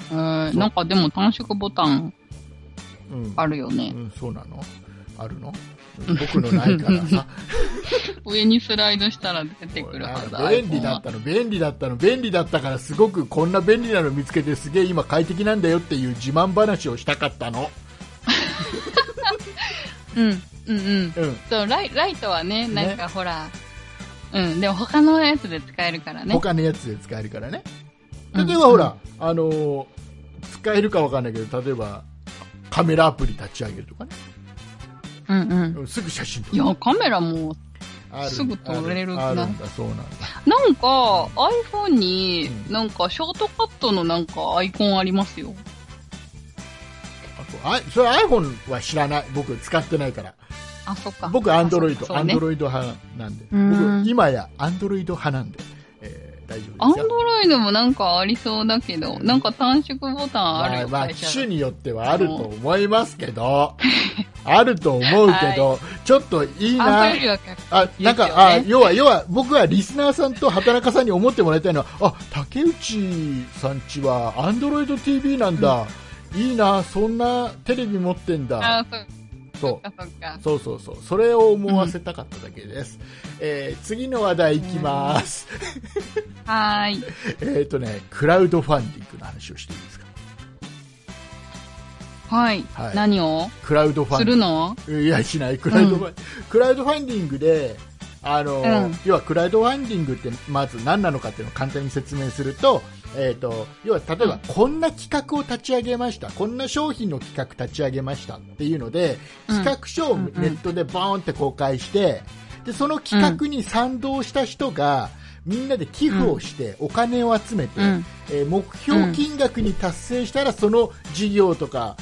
Speaker 2: てね
Speaker 1: えーなんかでも単色ボタン
Speaker 2: うん
Speaker 1: あるよね。
Speaker 2: うん、そうなのあるの僕のないか らさ
Speaker 1: 上にスライドしたら出てくるはずだ。
Speaker 2: 便利だったの便利だったの便利だったからすごくこんな便利なの見つけてすげえ今快適なんだよっていう自慢話をしたかったの、
Speaker 1: うん。うんうん。
Speaker 2: うん、
Speaker 1: そうライライトはね、
Speaker 2: ね
Speaker 1: なんかほら、うん、でも他のやつで使えるからね。
Speaker 2: 他のやつで使えるからね
Speaker 1: うん
Speaker 2: 例えばほら、あのー使えるかわかんないけど例えばカメラアプリ立ち上げるとかね
Speaker 1: うんうん。
Speaker 2: うんすぐ写真撮
Speaker 1: い
Speaker 2: る
Speaker 1: や、カメラも、
Speaker 2: ある
Speaker 1: すぐ撮れるな
Speaker 2: あるあるんだそうなんだ
Speaker 1: なんか iPhone に
Speaker 2: う、ん
Speaker 1: なんかショートカットのなんかアイコンありますよ。
Speaker 2: あとあそれ iPhone は知らない僕使ってないから
Speaker 1: あ、そっか。
Speaker 2: 僕
Speaker 1: あ
Speaker 2: Android、
Speaker 1: そっかそうね
Speaker 2: Android 派なんで
Speaker 1: うん
Speaker 2: 僕今や Android 派なんで、えー大丈
Speaker 1: ア
Speaker 2: 夫
Speaker 1: ン
Speaker 2: ですよ
Speaker 1: ドロイドもなんかありそうだけど、なんか単色ボタンある
Speaker 2: まあ、
Speaker 1: よ、
Speaker 2: まあ
Speaker 1: 会社
Speaker 2: 機
Speaker 1: で
Speaker 2: 種によってはあると思いますけど あると思うけど、ちょっといい
Speaker 1: あ、
Speaker 2: な
Speaker 1: そういうわけ
Speaker 2: あなんか、
Speaker 1: いいですよね
Speaker 2: あ要は要は僕はリスナーさんと畑中さんに思ってもらいたいのはあ竹内さんちは AndroidTV なんだ、いいなそんなテレビ持ってんだ
Speaker 1: あ、そっ
Speaker 2: そう
Speaker 1: か、そっか。
Speaker 2: そうそうそう、それを思わせたかっただけです。えー次の話題いきます。
Speaker 1: はーい。
Speaker 2: えっとね、クラウドファンディングの話をしていいですか。
Speaker 1: はい。
Speaker 2: はい
Speaker 1: 何を
Speaker 2: クラウドファ
Speaker 1: す
Speaker 2: ンデ
Speaker 1: るの
Speaker 2: ィング。いや、しない。クラウドファン、クラウドファンディングで、あの、
Speaker 1: うん
Speaker 2: 要はクラウドファンディングってまず何なのかっていうのを簡単に説明すると、えっ、と、要は例えば、
Speaker 1: うん
Speaker 2: こんな企画を立ち上げました、こんな商品の企画立ち上げましたっていうので、
Speaker 1: うん
Speaker 2: 企画書を
Speaker 1: うんうん
Speaker 2: ネットでバーンって公開して、でその企画に賛同した人が、みんなで寄付をして、お金を集めて、
Speaker 1: うん
Speaker 2: えー目標金額に達成したら、その事業とか、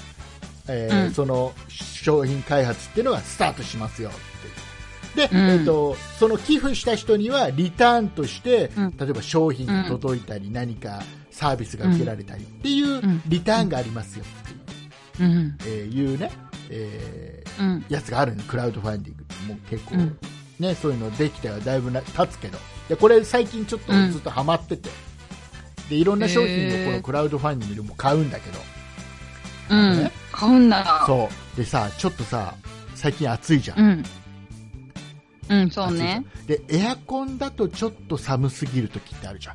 Speaker 2: えー
Speaker 1: うん
Speaker 2: その商品開発っていうのがスタートしますよっていうで、
Speaker 1: うん
Speaker 2: えっとその寄付した人にはリターンとして、
Speaker 1: うん
Speaker 2: 例えば商品が届いたり、何かサービスが受けられたりっていううんリターンがありますよっていう,、
Speaker 1: うん。
Speaker 2: えーいうね、え
Speaker 1: うん。
Speaker 2: ーやつがあるのクラウドファンディングってもう結構、
Speaker 1: うん
Speaker 2: ね、そういうのできてはだいぶな経つけどでこれ最近ちょっと
Speaker 1: うん
Speaker 2: ずっとハマってて、でいろんな商品
Speaker 1: へ
Speaker 2: を
Speaker 1: ー
Speaker 2: このクラウドファンディングでも買うんだけど、
Speaker 1: うん。買うんだ。
Speaker 2: そうでさちょっとさ最近暑いじゃん、
Speaker 1: うん。うん、そうね。
Speaker 2: 暑いじゃんでエアコンだとちょっと寒すぎる時ってあるじゃん、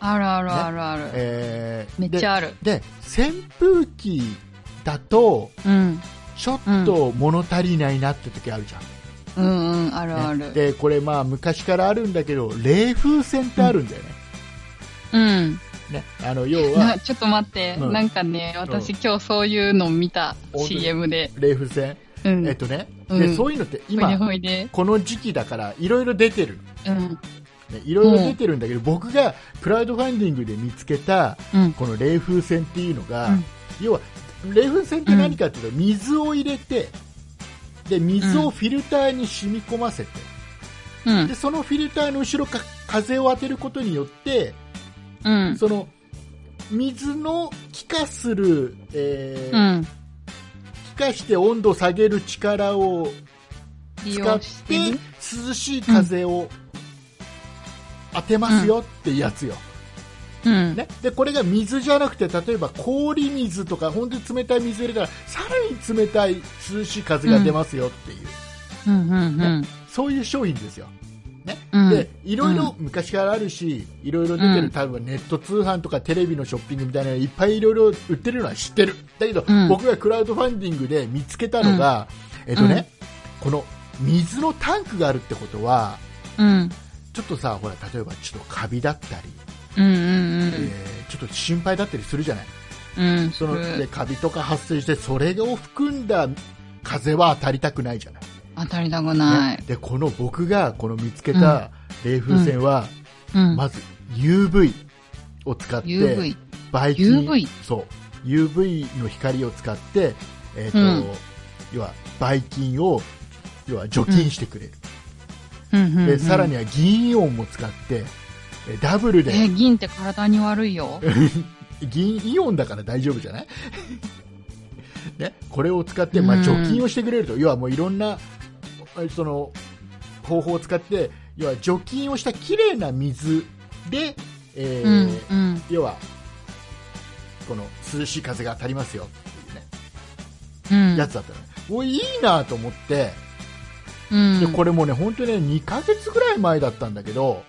Speaker 1: あるあるあるある。
Speaker 2: えー
Speaker 1: めっちゃある。
Speaker 2: でで扇風機だと
Speaker 1: うん。
Speaker 2: ちょっと物足りないなって時あるじゃん、
Speaker 1: うんうん、あるあ
Speaker 2: ね
Speaker 1: る。
Speaker 2: でこれまあ昔からあるんだけど冷風扇ってあるんだよね,、
Speaker 1: うん。
Speaker 2: ねあの要は
Speaker 1: な ちょっと待って、
Speaker 2: うん
Speaker 1: なんかね、私
Speaker 2: う
Speaker 1: 今日そういうの見た
Speaker 2: 本当に
Speaker 1: CM で。
Speaker 2: 冷風扇、
Speaker 1: うん。
Speaker 2: えっとね
Speaker 1: うん
Speaker 2: でそういうのって
Speaker 1: ほいで
Speaker 2: 今
Speaker 1: ほいで。
Speaker 2: この時期だからいろいろ出てる
Speaker 1: うん。
Speaker 2: ねいろいろ出てるんだけど、僕がクラウドファンディングで見つけた
Speaker 1: うん。
Speaker 2: この冷風船っていうのが、
Speaker 1: うん
Speaker 2: 要は冷風船って何かっていうと水を入れてで水をフィルターに染み込ませて、
Speaker 1: うん
Speaker 2: で。そのフィルターの後ろから風を当てることによって
Speaker 1: うん。
Speaker 2: その水の気化する、え
Speaker 1: う
Speaker 2: ー
Speaker 1: ん。
Speaker 2: 気化して温度を下げる力を
Speaker 1: 利
Speaker 2: 使
Speaker 1: 用
Speaker 2: っ
Speaker 1: して
Speaker 2: て
Speaker 1: る。
Speaker 2: 涼しい風を当てますよってやつよ、
Speaker 1: うん。
Speaker 2: ね、でこれが水じゃなくて例えば氷水とか本当に冷たい水入れたらさらに冷たい涼しい風が出ますよっていう、
Speaker 1: うん。うん。
Speaker 2: そういう商品ですよ。ね
Speaker 1: うん
Speaker 2: でいろいろ昔からあるし、いろいろ出てる、多分ネット通販とかテレビのショッピングみたいなのいっぱいいろいろ売ってるのは知ってる、だけど、
Speaker 1: うん
Speaker 2: 僕がクラウドファンディングで見つけたのが、えっとねこの水のタンクがあるってことは、
Speaker 1: うん。
Speaker 2: ちょっとさ、ほら例えばちょっとカビだったり、
Speaker 1: うん。うん。
Speaker 2: えーちょっと心配だったりするじゃない。
Speaker 1: うん。うん。
Speaker 2: その
Speaker 1: する
Speaker 2: でカビとか発生してそれを含んだ風は当たりたくないじゃない、
Speaker 1: 当たりたくない。
Speaker 2: ねでこの僕がこの見つけた冷風船は、
Speaker 1: うん。
Speaker 2: まず UV を使って
Speaker 1: UV。
Speaker 2: バ菌
Speaker 1: UV
Speaker 2: そう UV の光を使って、えーと
Speaker 1: うん
Speaker 2: 要はばい菌を要は除菌してくれる、
Speaker 1: うんうんうん。
Speaker 2: でさらには銀イオンも使ってえーダブルで
Speaker 1: え、銀って体に悪いよ。
Speaker 2: 銀イオンだから大丈夫じゃない ね、これを使って、まあ、
Speaker 1: うん
Speaker 2: 除菌をしてくれると、要はもういろんなえその方法を使って要は除菌をしたきれいな水で、えー
Speaker 1: うん。うん。
Speaker 2: 要はこの涼しい風が当たりますよっていう、ね
Speaker 1: うん。
Speaker 2: やつだったのね、おいいいなと思って
Speaker 1: うん。
Speaker 2: でこれもね本当にね2ヶ月ぐらい前だったんだけど、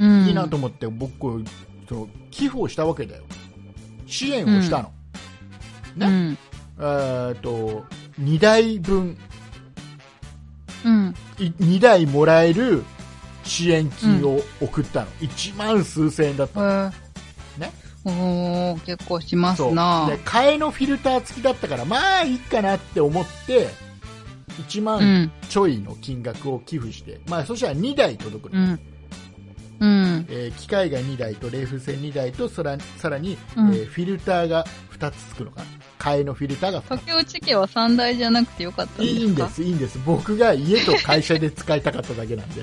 Speaker 1: うん。
Speaker 2: いいなと思って僕こうその寄付をしたわけだよ支援をしたの、ね
Speaker 1: うん。
Speaker 2: えーっと2台分
Speaker 1: うん。
Speaker 2: 2台もらえる支援金を送ったの、1万数千円だった
Speaker 1: へ
Speaker 2: の
Speaker 1: ー
Speaker 2: ね。
Speaker 1: おー、結構します
Speaker 2: そう
Speaker 1: な
Speaker 2: で替えのフィルター付きだったからまあいいかなって思って1
Speaker 1: う
Speaker 2: 万
Speaker 1: ん。
Speaker 2: ちょいの金額を寄付して、まあそしたら2台届く
Speaker 1: う
Speaker 2: の、
Speaker 1: ん。うん。
Speaker 2: えー機械が2台と冷風船2台とそらさらに、
Speaker 1: うん
Speaker 2: えーフィルターが2つ付くのかな替えのフィルターが2つ
Speaker 1: 竹内家は三大じゃなくてよかったんですか
Speaker 2: いいんです、いいんです。僕が家と会社で使いたかっただけなんで、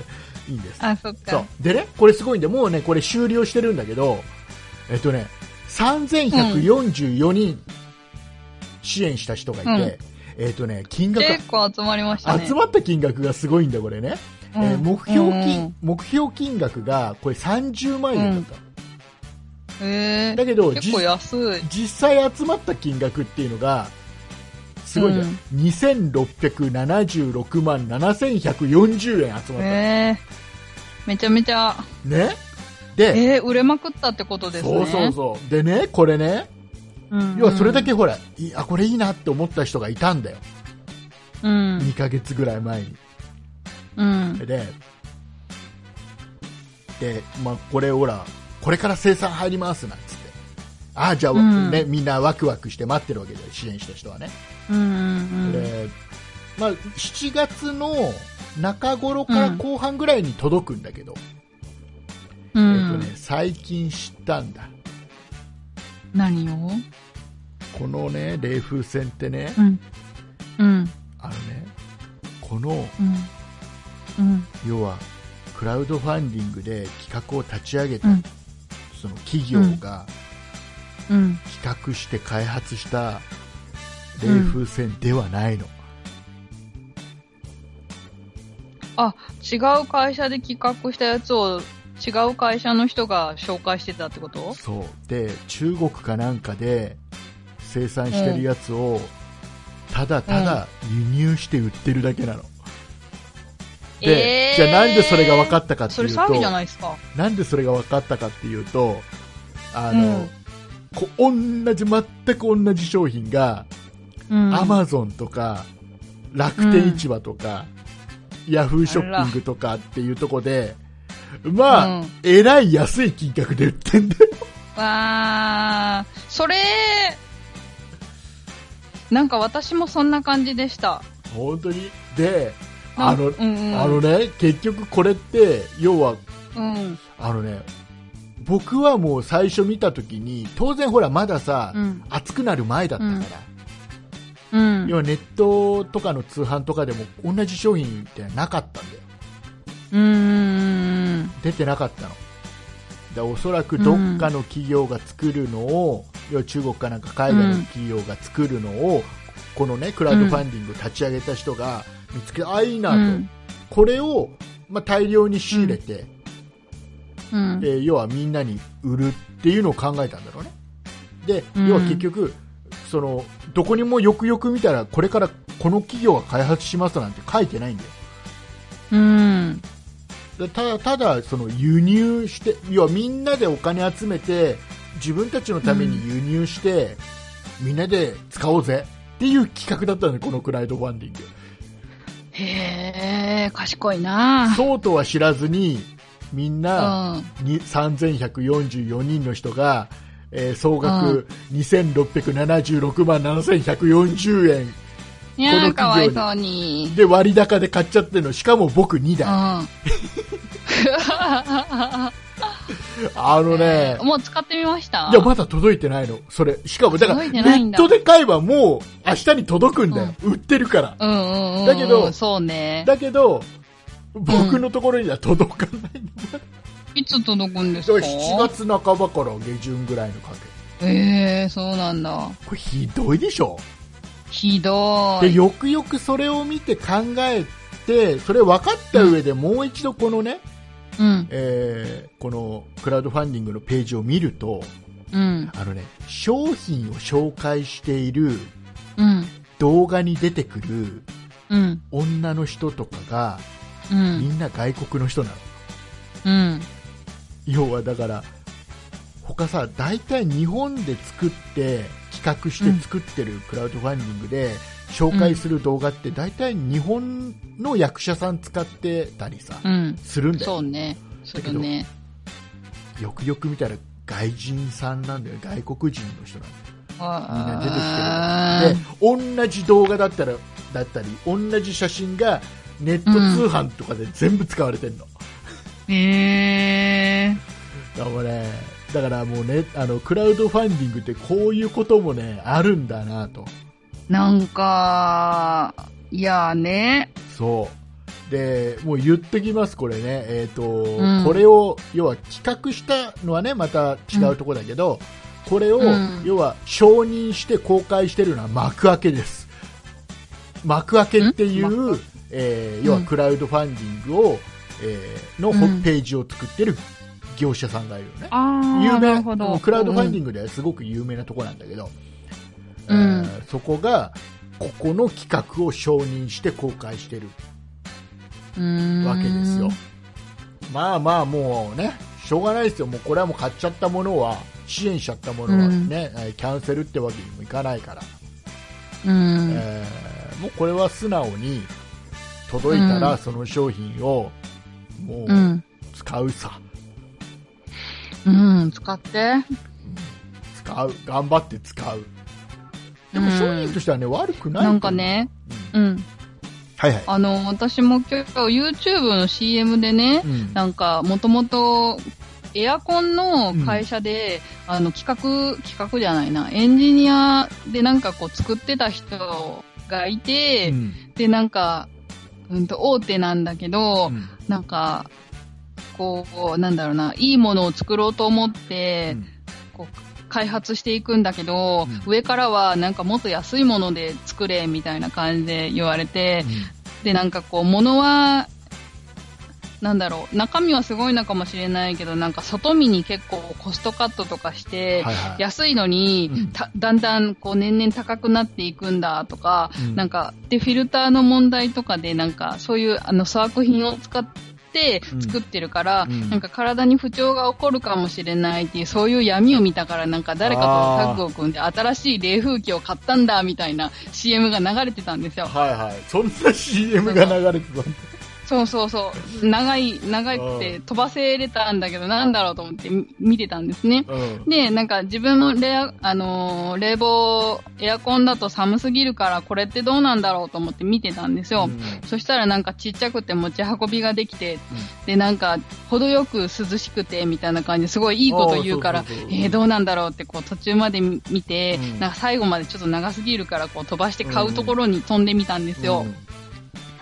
Speaker 2: いいんです。
Speaker 1: あ、そっ
Speaker 2: そう
Speaker 1: か。。
Speaker 2: でね、これすごいんで、もうね、これ終了してるんだけど、えっとね、3144人支援した人がいて、えっとね、金額、
Speaker 1: 結構集まりましたね。
Speaker 2: 集まった金額がすごいんだ、これね。えー
Speaker 1: うん
Speaker 2: 目標金、
Speaker 1: うん
Speaker 2: 目標金額が、これ30万円だった。
Speaker 1: へー
Speaker 2: だけど、
Speaker 1: 結構安い。
Speaker 2: 実際集まった金額っていうのがすごいね、2676万7140円集まった、
Speaker 1: えー、めちゃめちゃ、
Speaker 2: ねで、
Speaker 1: えー、売れまくったってことですね。
Speaker 2: そうそうそうでねこれね
Speaker 1: うん
Speaker 2: 要はそれだけほら、いいあこれいいなって思った人がいたんだよ、
Speaker 1: うん。
Speaker 2: 2ヶ月ぐらい前に
Speaker 1: うん。
Speaker 2: でで、まあ、これほらこれから生産入りますなんつってああじゃあ、
Speaker 1: うん
Speaker 2: ね、みんなワクワクして待ってるわけで支援した人はね
Speaker 1: うん。うん。
Speaker 2: でまあ、7月の中頃から後半ぐらいに届くんだけど、
Speaker 1: う
Speaker 2: えっと
Speaker 1: ん。
Speaker 2: ね、最近知ったんだ
Speaker 1: 何を
Speaker 2: この、ね、冷風船ってね
Speaker 1: うん。うん。
Speaker 2: あのねここの
Speaker 1: うん。うん。
Speaker 2: 要はクラウドファンディングで企画を立ち上げた、
Speaker 1: うん
Speaker 2: その企業が
Speaker 1: うん。
Speaker 2: 企画して開発した冷風船ではないの、
Speaker 1: あ、違う会社で企画したやつを違う会社の人が紹介してたってこと
Speaker 2: そうで中国かなんかで生産してるやつをただただ輸入して売ってるだけなの、で、
Speaker 1: えー
Speaker 2: じゃあなんでそれが分かったかって
Speaker 1: そ
Speaker 2: い
Speaker 1: れ
Speaker 2: うと
Speaker 1: 詐欺じゃないですか。
Speaker 2: なんでそれが分かったかっていうとあの、
Speaker 1: うん
Speaker 2: こ同じ全く同じ商品が
Speaker 1: うん。
Speaker 2: アマゾンとか楽天市場とか、ヤフーショッピングとかっていうとこでまあ、
Speaker 1: うん
Speaker 2: えらい安い金額で売ってんだよ
Speaker 1: わー、それ、なんか私もそんな感じでした。
Speaker 2: 本当にで
Speaker 1: なん
Speaker 2: あの、
Speaker 1: うんうん、
Speaker 2: あのね結局これって要は
Speaker 1: うん、
Speaker 2: あのね僕はもう最初見た時に当然ほらまださ、
Speaker 1: うん、
Speaker 2: 暑くなる前だったから、
Speaker 1: うん、
Speaker 2: 要はネットとかの通販とかでも同じ商品ってなかったんだよ
Speaker 1: うん、うん、
Speaker 2: 出てなかったのでおそらくどっかの企業が作るのを、要は中国かなんか海外の企業が作るのを、このねクラウドファンディングを立ち上げた人が見つけて、あいいなと、
Speaker 1: うん、
Speaker 2: これを、まあ、大量に仕入れて、
Speaker 1: うん、
Speaker 2: で要はみんなに売るっていうのを考えたんだろうねで
Speaker 1: うん
Speaker 2: 要は結局、そのどこにもよくよく見たらこれからこの企業が開発しますなんて書いてないんだよ
Speaker 1: うん、
Speaker 2: だただただその輸入して要はみんなでお金集めて自分たちのために輸入して、みんなで使おうぜっていう企画だったのよこのクラウドファンディング
Speaker 1: へー、賢いな
Speaker 2: そうとは知らずにみん
Speaker 1: う
Speaker 2: な、
Speaker 1: ん、
Speaker 2: に3144人の人が、えー総額2676万7140円
Speaker 1: いや
Speaker 2: こ
Speaker 1: ー、
Speaker 2: の企業に
Speaker 1: かわいそうに。
Speaker 2: で割高で買っちゃってるのしかも僕2
Speaker 1: うん
Speaker 2: 台、あのね
Speaker 1: もう使ってみました
Speaker 2: いや、まだ届いてないの。それ。しかも、だから、
Speaker 1: 届い
Speaker 2: ネ
Speaker 1: てないん
Speaker 2: ッ
Speaker 1: だ
Speaker 2: トで買えばもう、明日に届くんだよ。売ってるから。
Speaker 1: うんうんうんうん。
Speaker 2: だけど
Speaker 1: そうね。
Speaker 2: だけど、僕のところには届かないの。
Speaker 1: いつ届くんですか
Speaker 2: だから7月半ばから下旬ぐらいのかけ。
Speaker 1: えー、そうなんだ。
Speaker 2: これひどいでしょ、
Speaker 1: ひど
Speaker 2: で、
Speaker 1: い。
Speaker 2: よくよくそれを見て考えて、それ分かった上でもう一度このね、
Speaker 1: うん、
Speaker 2: えーこのクラウドファンディングのページを見ると、
Speaker 1: うん、
Speaker 2: あのね、商品を紹介している
Speaker 1: うん、
Speaker 2: 動画に出てくる
Speaker 1: うん、
Speaker 2: 女の人とかが、
Speaker 1: う
Speaker 2: み
Speaker 1: ん、
Speaker 2: んな外国の人なの
Speaker 1: うん。
Speaker 2: 要はだから他さ大体日本で作って企画して作ってるクラウドファンディングで紹介する動画って大体日本の役者さん使ってたりさ
Speaker 1: うん。
Speaker 2: するんだ
Speaker 1: そ
Speaker 2: よ
Speaker 1: うね。するね。
Speaker 2: よくよく見たら外人さんなんだよ外国人の人なんだよみんな
Speaker 1: あ
Speaker 2: 出てきてるで同じ動画だったらだったり同じ写真がネット通販とかで全部使われてるの、
Speaker 1: ーへえ
Speaker 2: だからね、だからもうね、あの、クラウドファンディングってこういうこともね、あるんだなと。
Speaker 1: ー。なんか、いやーね。
Speaker 2: そう。で、もう言っときます、これね。えっ、と、
Speaker 1: ん
Speaker 2: これを、要は企画したのはね、また違うところだけど、これを、
Speaker 1: うん
Speaker 2: 要は承認して公開してるのは幕開けです。幕開けってい
Speaker 1: ん
Speaker 2: う、えー要は
Speaker 1: うん
Speaker 2: クラウドファンディングを、えーのホームページを作ってる業者さんがいるよね。
Speaker 1: あ
Speaker 2: 有
Speaker 1: ー、な
Speaker 2: 名
Speaker 1: るほど。
Speaker 2: クラウドファンディ
Speaker 1: ン
Speaker 2: ングではすごく有名なとこなんだけど、
Speaker 1: うん
Speaker 2: えーそこがここの企画を承認して公開してる
Speaker 1: グ
Speaker 2: わけですよ。まあまあもうねしょうがないですよもうこれはもう買っちゃったものは支援しちゃったものはね、えーキャンセルってわけにもいかないから、
Speaker 1: うん。
Speaker 2: えーもうこれは素直に届いた
Speaker 1: う
Speaker 2: ら
Speaker 1: ん
Speaker 2: その商品をも
Speaker 1: う。
Speaker 2: うん使うさ、
Speaker 1: うん、使って。
Speaker 2: 使う頑張って使うでも商品としてはね、悪くな
Speaker 1: な
Speaker 2: いと思うん
Speaker 1: かね、
Speaker 2: うん
Speaker 1: うん。
Speaker 2: はいはい
Speaker 1: あの、私も今日 YouTube の CM でね、
Speaker 2: うん
Speaker 1: なんか、もともと、エアコンの会社で、あの、企画、企画じゃないな、エンジニアでなんかこう作ってた人がいて、
Speaker 2: うん
Speaker 1: で、なんか、ううんと、大手なんだけど、
Speaker 2: うん
Speaker 1: なんか、こう、なんだろうな、いいものを作ろうと思っ
Speaker 2: う
Speaker 1: て、
Speaker 2: ん
Speaker 1: こう、開発していくんだけど、
Speaker 2: うん
Speaker 1: 上からはなんかもっと安いもので作れ、みたいな感じで言われて、で、なんかこう、物は、なんだろう、中身はすごいのかもしれないけど、なんか外見に結構コストカットとかして、
Speaker 2: はいはい
Speaker 1: 安いのに、
Speaker 2: うん
Speaker 1: ただんだんこう年々高くなっていくんだとか、
Speaker 2: うん
Speaker 1: なんか、で、フィルターの問題とかで、なんか、そういう、あの、粗悪品を使って
Speaker 2: うん
Speaker 1: 作ってるから、
Speaker 2: うん
Speaker 1: なんか体に不調が起こるかもしれないっていう、そういう闇を見たから、なんか誰かとタッグを組んで、新しい冷風機を買ったんだ、みたいな CM が流れてたんですよ。
Speaker 2: はいはい。そんな CM が流れてたんだ
Speaker 1: そうそうそう。長い、長くて飛ばせれたんだけど、なんだろうと思ってみ見てたんですね。
Speaker 2: うん
Speaker 1: で、なんか自分もレア、あのー冷房、エアコンだと寒すぎるから、これってどうなんだろうと思って見てたんですよ。
Speaker 2: うん
Speaker 1: そしたらなんかちっちゃくて持ち運びができて、でなんか程よく涼しくてみたいな感じですごいいいこと言うか
Speaker 2: あ
Speaker 1: ら
Speaker 2: ーそうそうそう
Speaker 1: えーどうなんだろうってこう途中まで見て、
Speaker 2: うん
Speaker 1: なんか最後までちょっと長すぎるからこう飛ばして買うところに飛んでみたんですよ、
Speaker 2: うん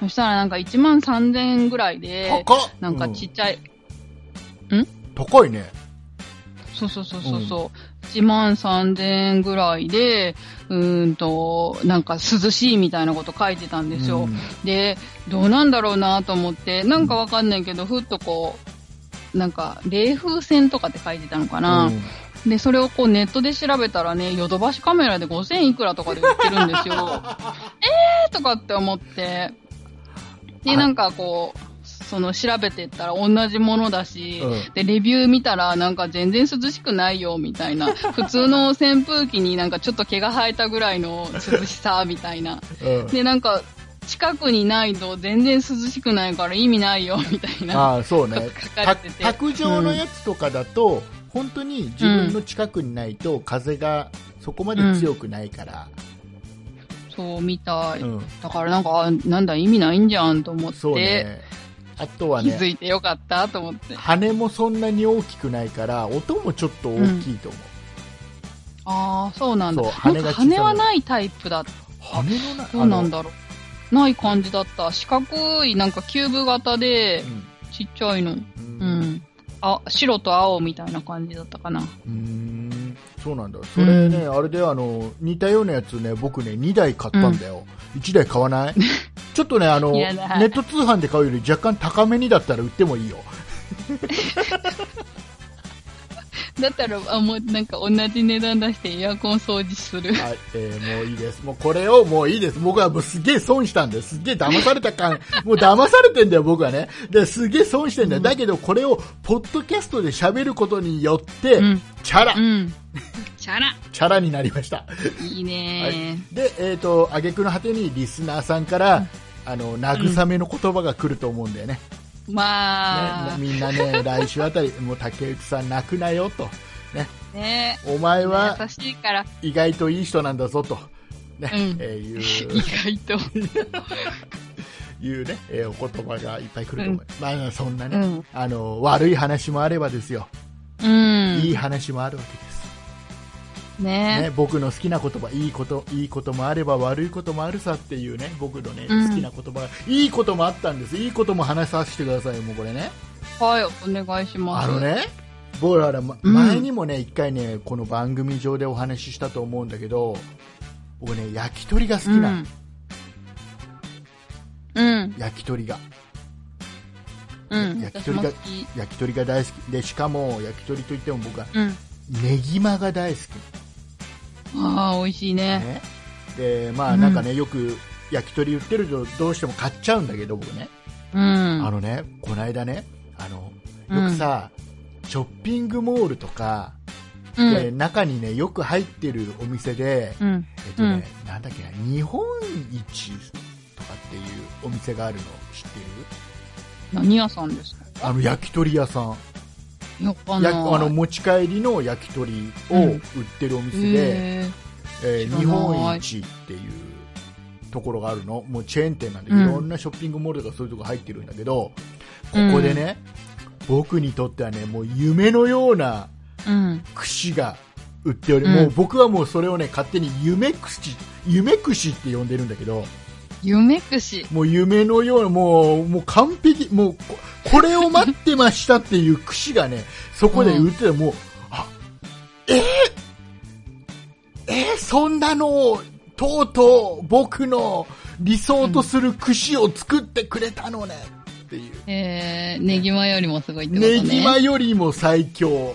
Speaker 1: そしたらなんか1万3000円ぐらいで
Speaker 2: 高っ
Speaker 1: なんかちっちゃい、
Speaker 2: うん高いね。
Speaker 1: そうそうそうそうそう、1万3000円ぐらいでうーんとなんか涼しいみたいなこと書いてたんですよ、
Speaker 2: うん
Speaker 1: で、どうなんだろうなと思って、なんかわかんないけど、ふっとこう、なんか、冷風船とかって書いてたのかな、
Speaker 2: うん
Speaker 1: で、それをこうネットで調べたらね、ヨドバシカメラで5000いくらとかで売ってるんです よ。えーとかって思って。で、なんかこう、その調べてったら同じものだし、
Speaker 2: うん
Speaker 1: で、レビュー見たらなんか全然涼しくないよみたいな、普通の扇風機になんかちょっと毛が生えたぐらいの涼しさみたいな。
Speaker 2: うん
Speaker 1: で、なんか、近くにないと全然涼しくないから意味ないよ、みたいな。
Speaker 2: ああそうね
Speaker 1: 書か
Speaker 2: た
Speaker 1: れてて
Speaker 2: 卓上のやつとかだと、本当に自分の近くにないと風がそこまで強くないから、
Speaker 1: そう、みたい。
Speaker 2: うん
Speaker 1: だからなんか、あなんだ、意味ないんじゃんと思って、
Speaker 2: そうねあとは
Speaker 1: 気づ
Speaker 2: ね
Speaker 1: いてよかったと思って。
Speaker 2: 羽もそんなに大きくないから音もちょっと大きいと思う、
Speaker 1: ああ、そうなんだ。
Speaker 2: そ
Speaker 1: な
Speaker 2: う羽
Speaker 1: ん
Speaker 2: が
Speaker 1: か
Speaker 2: 小さい
Speaker 1: 羽はないタイプだ。
Speaker 2: 羽のな
Speaker 1: どうなん
Speaker 2: だ
Speaker 1: だろう。ない感じだった。四角い、なんかキューブ型で、ちっちゃいの。
Speaker 2: うん
Speaker 1: う
Speaker 2: うん
Speaker 1: ん。あ、白と青みたいな感じだったかな。
Speaker 2: うーんそうなんだそれね、あれであの似たようなやつね僕ね2台買ったんだよ、1台買わ ないちょっとねあのネ
Speaker 1: 嫌だ
Speaker 2: ット通販で買うより若干高めにだったら売ってもいいよ
Speaker 1: だったら、あ、もうなんか同じ値段出してエアコン掃除する。
Speaker 2: はい、えー、もういいです。もうこれをもういいです。僕はもうすげえ損したんです。すげえ騙された感、もう騙されてんだよ、僕はね。で、すげえ損してんだよ。だけど、これを、ポッドキャストで喋ることによって、
Speaker 1: うん
Speaker 2: チャラ
Speaker 1: う、ん。チャラ
Speaker 2: チャラになりました。
Speaker 1: いい
Speaker 2: はい
Speaker 1: ね、
Speaker 2: で、えっ、と、挙句の果てにリスナーさんから、あの、慰めの言葉が来ると思うんだよね。
Speaker 1: まあ、
Speaker 2: ねみんな ね、来週あたり、もう竹内さん泣くなよと。ね、
Speaker 1: ね
Speaker 2: お前は
Speaker 1: 優しいから、
Speaker 2: 意外といい人なんだぞと。ね、
Speaker 1: うん
Speaker 2: えーいう
Speaker 1: 意 外と。
Speaker 2: いうね、えーお言葉がいっぱい来ると思います。まあ、そんなね、
Speaker 1: うん
Speaker 2: あの、悪い話もあればですよ、
Speaker 1: うん。
Speaker 2: いい話もあるわけです。
Speaker 1: ね
Speaker 2: ね、僕の好きな言葉、いいこと、いいこともあれば悪いこともあるさっていうね、僕のね、
Speaker 1: うん
Speaker 2: 好きな言葉が、いいこともあったんです。いいことも話させてくださいよ、もうこれね。
Speaker 1: はい、お願いします。
Speaker 2: あの。ね、僕ら、ま
Speaker 1: うん
Speaker 2: 前にもね、一回ね、この番組上でお話ししたと思うんだけど、僕ね、焼き鳥が好き
Speaker 1: う
Speaker 2: なの、
Speaker 1: ん。うん。
Speaker 2: 焼き鳥が。
Speaker 1: うん。
Speaker 2: 焼き
Speaker 1: 私
Speaker 2: 鳥
Speaker 1: も
Speaker 2: が
Speaker 1: 好き。
Speaker 2: 焼き鳥が大好き。で、しかも、焼き鳥といっても僕は、
Speaker 1: うん。
Speaker 2: ネギマが大好き。
Speaker 1: ああ、美味しいね。
Speaker 2: ね、でまあ
Speaker 1: うん
Speaker 2: なんかね、よく焼き鳥売ってるとどうしても買っちゃうんだけど僕ね、
Speaker 1: うん。
Speaker 2: あのねこの間ねあの
Speaker 1: うん
Speaker 2: よくさ、ショッピングモールとか、
Speaker 1: う
Speaker 2: で
Speaker 1: ん。
Speaker 2: 中にねよく入ってるお店で、
Speaker 1: うん。
Speaker 2: えっとね、なんだっけな日本一とかっていうお店があるの知ってる
Speaker 1: 何屋さんですか
Speaker 2: あの焼き鳥屋さん
Speaker 1: よっか
Speaker 2: や
Speaker 1: な。
Speaker 2: あの持ち帰りの焼き鳥を売ってるお店で、
Speaker 1: へ
Speaker 2: えー
Speaker 1: 知らない
Speaker 2: 日本一っていうところがあるのもうチェーン店なんで、
Speaker 1: うん
Speaker 2: いろんなショッピングモールとかそういうとこ入ってるんだけどここでね、僕にとってはねもう夢のような
Speaker 1: えうん。
Speaker 2: 串が売っており、
Speaker 1: うん
Speaker 2: もう僕はもうそれをね勝手に夢串夢串って呼んでるんだけど
Speaker 1: 夢くし。
Speaker 2: もう夢のような、もう、もう完璧、もうこ、これを待ってましたっていう櫛がね、そこで打ってたらもう、あ、えー、えーそんなのを、とうとう僕の理想とする櫛を作ってくれたのね、っていう。
Speaker 1: えー、ネギマよりもすごいってこと
Speaker 2: ネ
Speaker 1: ね。
Speaker 2: ギマよりも最強。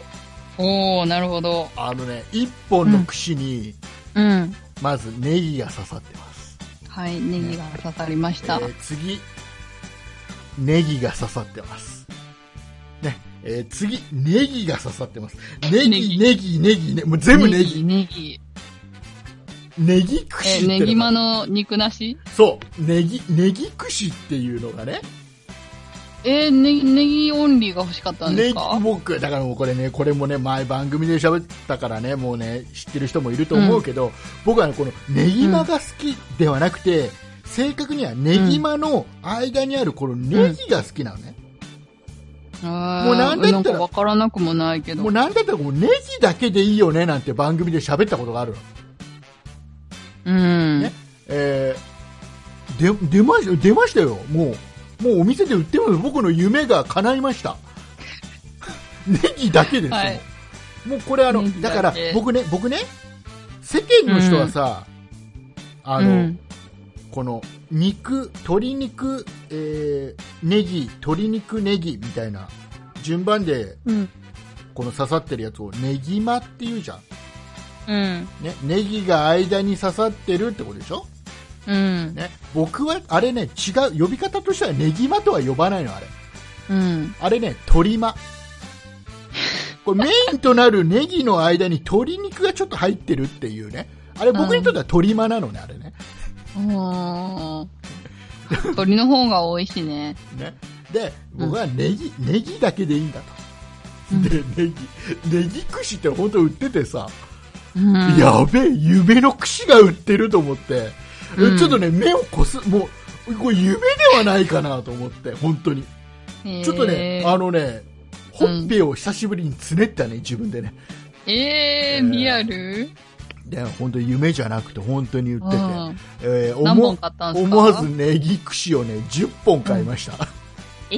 Speaker 1: おー、なるほど。
Speaker 2: あのね、一本の櫛に、
Speaker 1: うん。
Speaker 2: まずネギが刺さってます。
Speaker 1: はい、ネギが刺さりました。
Speaker 2: えー次、ネギが刺さってます。ね、えー次、ネギが刺さってます。ネ
Speaker 1: ネ
Speaker 2: ギ、
Speaker 1: ギ
Speaker 2: ネギ、ネギ、ね、もう全部ネギ。
Speaker 1: ネギ。
Speaker 2: ネギ串
Speaker 1: え
Speaker 2: って
Speaker 1: ー、ネギ
Speaker 2: の
Speaker 1: マ
Speaker 2: が
Speaker 1: の肉なし
Speaker 2: そう、ネギ、ネギ串っていうのがね、
Speaker 1: えー、ネギ、ネギオンリーが欲しかったんです
Speaker 2: ネギ
Speaker 1: か、
Speaker 2: 僕、だからもうこれね、これもね、前番組で喋ったからね、もうね、知ってる人もいると思うけど、僕はね、このネギマが好きではなくて、正確にはネギマの間にあるこのネギが好きなのね。
Speaker 1: も
Speaker 2: もうなんだったら
Speaker 1: なんかわからなくもないけど。
Speaker 2: もう
Speaker 1: う
Speaker 2: なんだったらもうネギだけでいいよねなんて番組で喋ったことがあるの。
Speaker 1: ん。
Speaker 2: ねえー、で出ました出ましたよ。もう、もうお店で売ってるの僕の夢が叶いました。ネギだけですよ。
Speaker 1: はい
Speaker 2: もうこれあの
Speaker 1: ネ、ギだ
Speaker 2: だ
Speaker 1: け
Speaker 2: から僕ね、僕ね、世間の人はさ、あの、
Speaker 1: うん
Speaker 2: この肉、鶏肉、えー、ネギ、鶏肉、ネギみたいな順番で
Speaker 1: うん。
Speaker 2: この刺さってるやつをネギマって言うじゃん。
Speaker 1: うん。
Speaker 2: ね、ネギが間に刺さってるってことでしょ、
Speaker 1: うん。
Speaker 2: ね、僕はあれね違う呼び方としてはネギマとは呼ばないのあれ
Speaker 1: うん。
Speaker 2: あれね鶏マこれメインとなるネギの間に鶏肉がちょっと入ってるっていうねあれ僕にとっては鶏マなのねあれね
Speaker 1: おー。鳥の方が多いしね。
Speaker 2: ねで僕はネギ、ネギだけでいいんだとでネギネギ串って本当売っててさ、
Speaker 1: うん。
Speaker 2: やべえ、夢の串が売ってると思って、
Speaker 1: うん
Speaker 2: ちょっとね、目をこす、もう、これ夢ではないかなと思って、本当に。
Speaker 1: へー
Speaker 2: ちょっとね、あのね、ほっぺを久しぶりにつねったね、自分でね。
Speaker 1: えー、リアル
Speaker 2: で、本当に夢じゃなくて、本当に売ってて、
Speaker 1: うん
Speaker 2: えー思
Speaker 1: 何本買ったんですか
Speaker 2: 思わずネギ串をね、10本買いました。
Speaker 1: え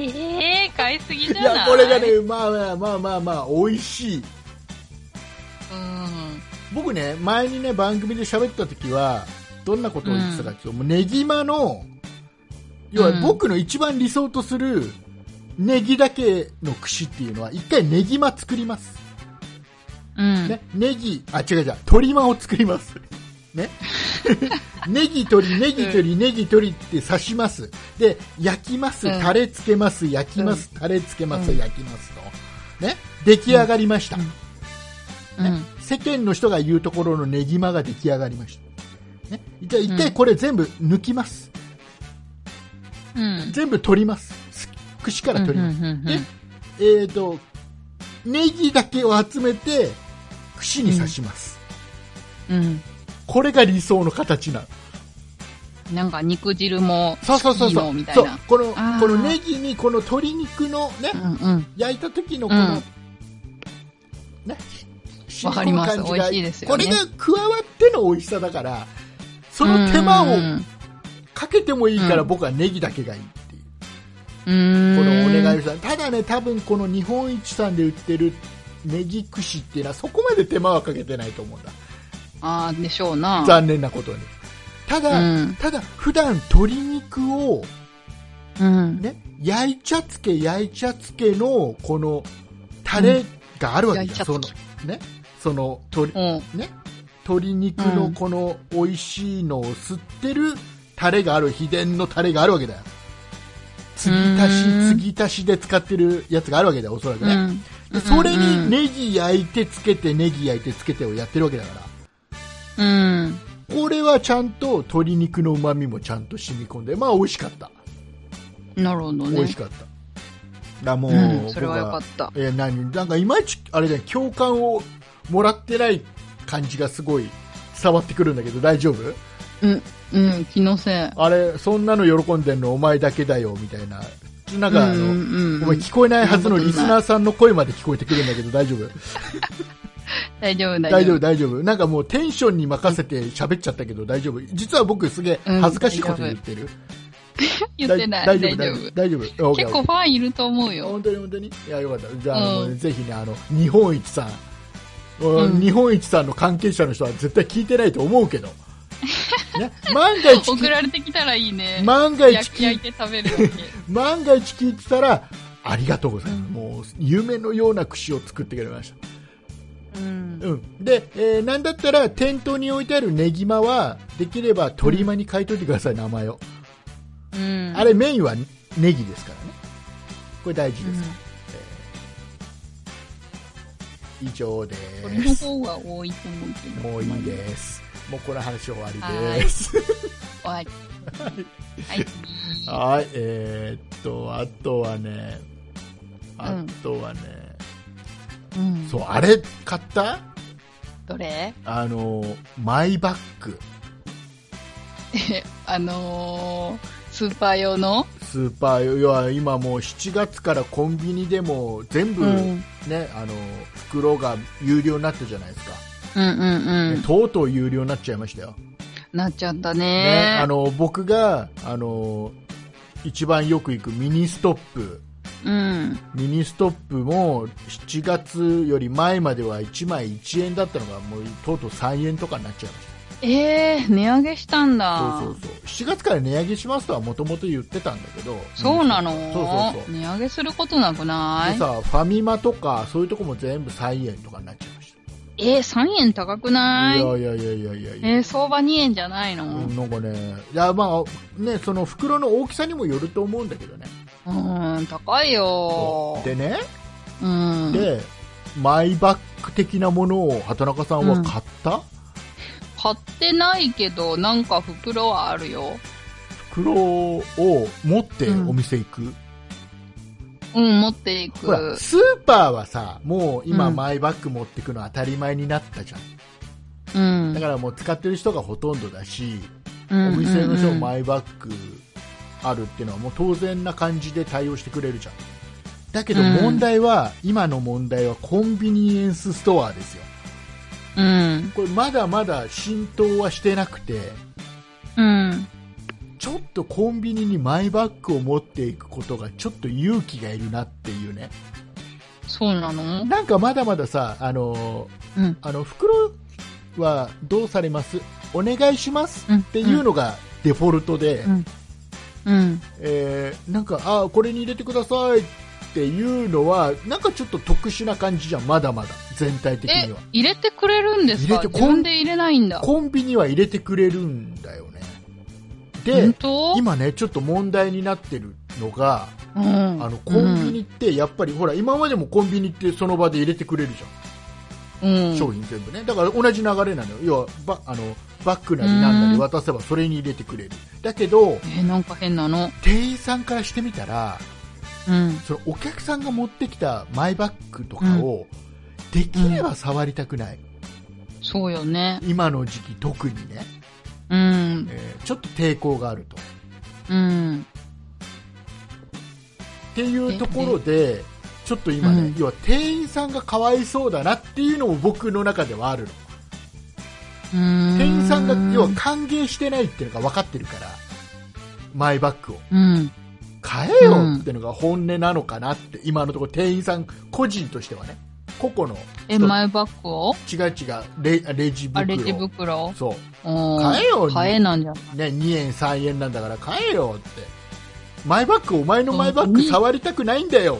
Speaker 1: ー、買いすぎじ
Speaker 2: い
Speaker 1: ゃない
Speaker 2: や、これがね、まあまあまあまあまあ、美味しい。
Speaker 1: うん。
Speaker 2: 僕ね、前にね、番組で喋った時は、どんなことを言ってたかっていうと、もうネギマの、要は
Speaker 1: うん
Speaker 2: 僕の一番理想とするネギだけの串っていうのは、一回ネギマ作ります。
Speaker 1: うん。
Speaker 2: ね、ネギ、あ、違う違う、鶏マを作ります。ね。 ネギ鶏、ネギ鶏、ネギ鶏って刺します。で、焼きます、
Speaker 1: うん
Speaker 2: タレつけます、焼きます、タレつけます、
Speaker 1: うん
Speaker 2: 焼きますと。ね。出来上がりました。
Speaker 1: うん
Speaker 2: ね世間の人が言うところのネギマが出来上がりました、ね、じゃあ一回これ全部抜きます、
Speaker 1: うん。うん。
Speaker 2: 全部取りますす串から取ります、
Speaker 1: うんうんうんうん
Speaker 2: で、えー、とネギだけを集めて串に刺します、
Speaker 1: うん。
Speaker 2: これが理想の形なの
Speaker 1: なんか肉汁も、
Speaker 2: そうそうそうそ
Speaker 1: いいの
Speaker 2: う
Speaker 1: みたい
Speaker 2: そう
Speaker 1: な
Speaker 2: この
Speaker 1: あー
Speaker 2: このネギにこの鶏肉のね、
Speaker 1: うんうん。
Speaker 2: 焼いた時のこの、
Speaker 1: うん
Speaker 2: ねし
Speaker 1: わかります
Speaker 2: 染み込む
Speaker 1: 美
Speaker 2: 感じが
Speaker 1: 味しいですよね
Speaker 2: これが加わっての美味しさだからその手間を
Speaker 1: うん
Speaker 2: かけてもいいから
Speaker 1: うん
Speaker 2: 僕はネギだけがいいっていう、
Speaker 1: うん。
Speaker 2: このお願い
Speaker 1: い。
Speaker 2: をしたただね多分この日本一さんで売ってるネギ串っていうのはそこまで手間はかけてないと思うんだ
Speaker 1: あー、でしょうな。
Speaker 2: 残念なことにただ、
Speaker 1: うん
Speaker 2: ただ普段鶏肉を
Speaker 1: うん。
Speaker 2: ね焼いちゃつけ焼いちゃつけのこのタレがあるわけじゃん、
Speaker 1: う
Speaker 2: そ
Speaker 1: ん
Speaker 2: の
Speaker 1: 焼いち
Speaker 2: ねその鶏
Speaker 1: うん。
Speaker 2: ね、鶏肉のこの美味しいのを吸ってるタレがある、秘伝のタレがあるわけだよ。継ぎ足
Speaker 1: うーん
Speaker 2: し、継ぎ足しで使ってるやつがあるわけだよ、おそらくね。
Speaker 1: う
Speaker 2: で
Speaker 1: ん
Speaker 2: それにネギ焼いてつけて、ネギ焼いてつけてをやってるわけだから。
Speaker 1: うん。
Speaker 2: これはちゃんと鶏肉の旨味もちゃんと染み込んで、まあ美味しかった。
Speaker 1: なるほどね。
Speaker 2: 美味しかった。だからもう、
Speaker 1: うんそれはよかっ
Speaker 2: 僕
Speaker 1: た
Speaker 2: えー何なんかいまいち、あれだよ、共感をもらってない感じがすごい伝わってくるんだけど、大丈夫
Speaker 1: うん、うん、気のせい。
Speaker 2: あれ、そんなの喜んでんのお前だけだよ、みたいな。なんかあの、
Speaker 1: うんうんうん
Speaker 2: お前聞こえないはずのリスナーさんの声まで聞こえてくるんだけど大丈夫
Speaker 1: 大丈夫、
Speaker 2: 大丈夫、大丈夫。なんかもうテンションに任せて喋っちゃったけど大丈夫。実は僕すげえ恥ずかしいこと言ってる。
Speaker 1: 言ってない。
Speaker 2: 大
Speaker 1: 大
Speaker 2: 丈
Speaker 1: 丈
Speaker 2: 夫、
Speaker 1: 夫。
Speaker 2: 大丈夫。大丈夫。
Speaker 1: 結構
Speaker 2: OK
Speaker 1: ファンいると思う
Speaker 2: OK
Speaker 1: よ。
Speaker 2: 本当に本当に。いや、よかった。じゃあ、
Speaker 1: うん
Speaker 2: あのぜひね、あの、日本一さん。
Speaker 1: うん
Speaker 2: 日本一さんの関係者の人は絶対聞いてないと思うけど。ね、万 が一聞
Speaker 1: 送
Speaker 2: い、
Speaker 1: られてきたらいいね。
Speaker 2: 万が一
Speaker 1: 焼き
Speaker 2: 聞
Speaker 1: 焼い
Speaker 2: い、
Speaker 1: て食べるだけ。
Speaker 2: 万が一聞いてたら、ありがとうございます。
Speaker 1: うん
Speaker 2: もう、夢のような串を作ってくれました。
Speaker 1: うん。
Speaker 2: うん、で、えーなんだったら店頭に置いてあるネギマはできれば鶏マに変えといてください、名前を
Speaker 1: うん。
Speaker 2: あれメインはネギですからねこれ大事です、以上で
Speaker 1: うん。これの
Speaker 2: す
Speaker 1: 方が多いと思うけど。
Speaker 2: もういいですもうこの話終わりです
Speaker 1: 終わり。はい。
Speaker 2: はいえーっとあとはねあとはね、
Speaker 1: うん。
Speaker 2: そうあれ買った
Speaker 1: どれ
Speaker 2: あのマイバッグ
Speaker 1: あのー、スーパー用の
Speaker 2: スーパー要は今もう7月からコンビニでも全部、
Speaker 1: うん
Speaker 2: ね、あの袋が有料になったじゃないですか、
Speaker 1: うんうんうん。
Speaker 2: とうとう有料になっちゃいましたよ、
Speaker 1: なっちゃった
Speaker 2: ね、あ
Speaker 1: ね。
Speaker 2: の僕があの一番よく行くミニストップ
Speaker 1: うん。
Speaker 2: ミニストップも7月より前までは1枚1円だったのがもうとうとう3円とかになっちゃいまし
Speaker 1: えー、値上げしたん
Speaker 2: た
Speaker 1: だ。
Speaker 2: そうそうそう7月から値上げしますとはもともと言ってたんだけど
Speaker 1: そうなの
Speaker 2: そうそうそう
Speaker 1: 値上げすることなくな
Speaker 2: で
Speaker 1: い
Speaker 2: さファミマとかそういうとこも全部3円とかになっちゃいました
Speaker 1: えー、3円高くないい
Speaker 2: やいやいやいやいやいや
Speaker 1: えー、相場2円じゃないの、うん、
Speaker 2: なんかね、いやまあねその袋の大きさにもよると思うんだけどね。
Speaker 1: ん、高いよ
Speaker 2: でね、
Speaker 1: うん。
Speaker 2: でマイバッグ的なものを畑中さんは買った、
Speaker 1: 買ってないけど、なんか袋はあるよ。
Speaker 2: 袋を持ってお店行く、
Speaker 1: うん、持っていく。
Speaker 2: ほらスーパーはさもう今、
Speaker 1: うん
Speaker 2: マイバッグ持ってくの当たり前になったじゃん
Speaker 1: うん。
Speaker 2: だからもう使ってる人がほとんどだし、
Speaker 1: うん
Speaker 2: お店の人も
Speaker 1: うん
Speaker 2: マイバッグあるっていうのはもう当然な感じで対応してくれるじゃんだけど
Speaker 1: うん
Speaker 2: 問題は、今の問題はコンビニエンスストアですよ
Speaker 1: うん。
Speaker 2: これまだまだ浸透はしてなくて
Speaker 1: うん。
Speaker 2: ちょっとコンビニにマイバッグを持っていくことがちょっと勇気がいるなっていうね
Speaker 1: そうなの
Speaker 2: なんかまだまださあの
Speaker 1: うん。
Speaker 2: あの袋はどうされますお願いします
Speaker 1: うん
Speaker 2: っていうのがデフォルトで、
Speaker 1: うん。うん。
Speaker 2: えーなんかあこれに入れてくださいっていうのはなんかちょっと特殊な感じじゃんまだまだ全体的
Speaker 1: え
Speaker 2: には、
Speaker 1: 入れてくれるんですか
Speaker 2: 入れて
Speaker 1: 自分で入れないんだ。
Speaker 2: コンビニは入れてくれるんだよねで、
Speaker 1: 本当
Speaker 2: 今ねちょっと問題になってるのが
Speaker 1: うん。
Speaker 2: あのコンビニってやっぱり、ほら今までもコンビニってその場で入れてくれるじ
Speaker 1: うん、
Speaker 2: ゃ
Speaker 1: うんん、
Speaker 2: 商品全部ねだから同じ流れなのよ要はバあのバッグなりなんなり
Speaker 1: うん
Speaker 2: 渡せばそれに入れてくれるだけど
Speaker 1: えーなんか変なの。
Speaker 2: 店員さんからしてみたら
Speaker 1: うん。
Speaker 2: そのお客さんが持ってきたマイバッグとかを、できれば触りたくない、
Speaker 1: そうよね。
Speaker 2: 今の時期特にね、
Speaker 1: うん。
Speaker 2: えーちょっと抵抗があると
Speaker 1: うん。
Speaker 2: っていうところで、ちょっと今ね、
Speaker 1: うん
Speaker 2: 要は店員さんがかわいそうだなっていうのも僕の中ではあるの。店
Speaker 1: 店
Speaker 2: 員さんが要は歓迎してないっていうのが分かってるから、マイバッグを
Speaker 1: うん。
Speaker 2: 買えよっていうのが本音なのかなって、今のところ店員さん個人としてはね、個々の
Speaker 1: え、マイバッグを
Speaker 2: 違う違うレレジ
Speaker 1: あ
Speaker 2: 袋
Speaker 1: レジ袋
Speaker 2: そう
Speaker 1: 買
Speaker 2: 買えよ
Speaker 1: 買えなんじゃん。
Speaker 2: ね、2円、3円なんだから買えよって、マイバッグ、お前のマイバッグ触りたくないんだよ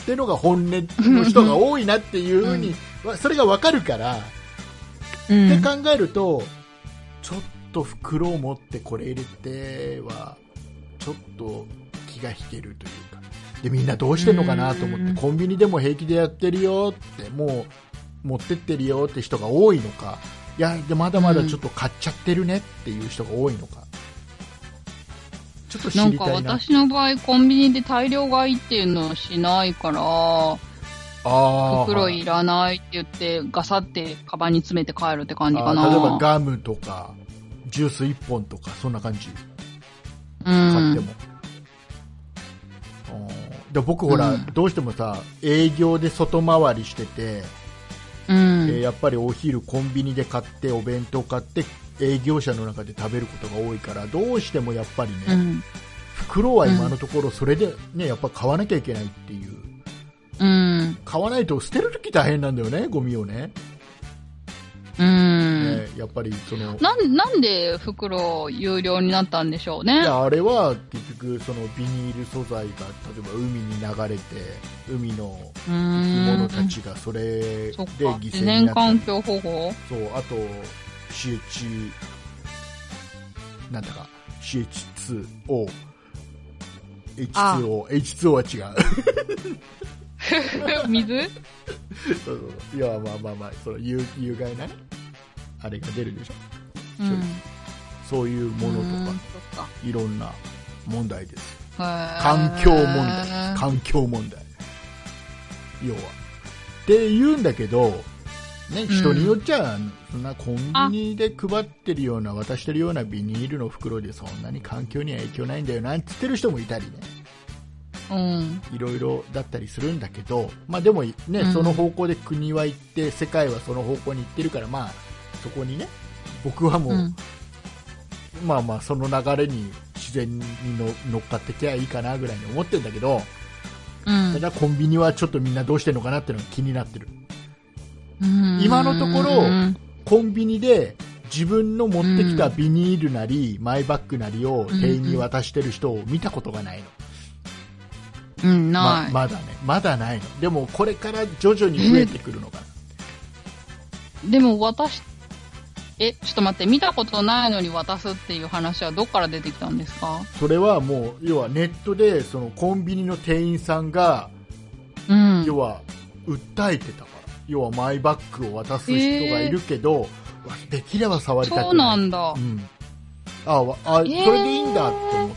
Speaker 2: ってのが本音の人が多いなっていうふうに、わそれがわかるから、
Speaker 1: うん。
Speaker 2: って考えると、ちょっと袋を持ってこれ入れては、ちょっと気が引けるというか、でみんなどうしてんのかなと思っ
Speaker 1: う
Speaker 2: て、
Speaker 1: ん
Speaker 2: コンビニでも平気でやってるよって、もう持ってってるよって人が多いのか、いや、でまだまだちょっと買っちゃってるねっていう人が多いのか、ちょっと知
Speaker 1: なん
Speaker 2: り
Speaker 1: か
Speaker 2: たいな。
Speaker 1: 私の場合、コンビニで大量買いっていうのをしないから、
Speaker 2: あー
Speaker 1: 袋いらないって言って、ガサってカバンに詰めて帰るって感じか
Speaker 2: あ
Speaker 1: な。
Speaker 2: ー例えばガムとか、ジュース1本とか、そんな感じ。買っても、うんで僕ほら、
Speaker 1: うん
Speaker 2: どうしてもさ営業で外回りしてて
Speaker 1: うん
Speaker 2: えーやっぱりお昼コンビニで買ってお弁当買って営業者の中で食べることが多いからどうしてもやっぱりね、
Speaker 1: うん
Speaker 2: 袋は今のところそれで、ね、やっぱ買わなきゃいけないっていう
Speaker 1: うん
Speaker 2: 買わないと捨てるとき大変なんだよねゴミをね、
Speaker 1: うん
Speaker 2: えーやっぱりその
Speaker 1: なんなんで袋有料になったんでしょう
Speaker 2: い
Speaker 1: ね
Speaker 2: やあれは結局そのビニール素材が例えば海に流れて海の
Speaker 1: う
Speaker 2: 生き
Speaker 1: ん
Speaker 2: 物たちがそれで
Speaker 1: そっか
Speaker 2: 犠
Speaker 1: 自
Speaker 2: 牲に
Speaker 1: 然
Speaker 2: なった
Speaker 1: 環
Speaker 2: り
Speaker 1: 境保 護
Speaker 2: そうあと CH なんだか CH2O
Speaker 1: あ
Speaker 2: H2O H2O は違う
Speaker 1: 水
Speaker 2: そうそうそういやまあまあまあその有有害なねあれが出るでしょ
Speaker 1: うん
Speaker 2: そういうもの
Speaker 1: う
Speaker 2: と
Speaker 1: ん
Speaker 2: か
Speaker 1: そっ
Speaker 2: いろんな問題です
Speaker 1: か
Speaker 2: 環境問
Speaker 1: へ
Speaker 2: 題
Speaker 1: ー
Speaker 2: 環境問題要はって言うんだけど、ね、人によっちゃ、そんなコンビニで配ってるような渡してるようなビニールの袋でそんなに環境には影響ないんだよなんて言ってる人もいたりね
Speaker 1: うん
Speaker 2: いろいろだったりするんだけど、まあ、でも、ね
Speaker 1: ん
Speaker 2: その方向で国は行って世界はその方向に行ってるから、まあ、そこにね僕はもう、
Speaker 1: うん
Speaker 2: まあまあその流れに自然にの乗っかってきゃいいかなぐらいに思ってるんだけど、
Speaker 1: うん
Speaker 2: ただコンビニはちょっとみんなどうしてるのかなっていうのが気になってる
Speaker 1: うん
Speaker 2: 今のところコンビニで自分の持ってきたビニールなりマイバッグなりを店員に渡してる人を見たことがないの、
Speaker 1: うんな
Speaker 2: ま
Speaker 1: い、
Speaker 2: まだねまだないのでもこれから徐々に増えてくるのかな
Speaker 1: でも渡しえちょっと待って見たことないのに渡すっていう話はどっから出てきたんですか
Speaker 2: それはもう要はネットでそのコンビニの店員さんが
Speaker 1: うん
Speaker 2: 要は訴えてたから要はマイバッグを渡す人がいるけど、できれば触りたくない
Speaker 1: そうなんだ
Speaker 2: うん、あわあ、
Speaker 1: えー
Speaker 2: それでいいんだって思って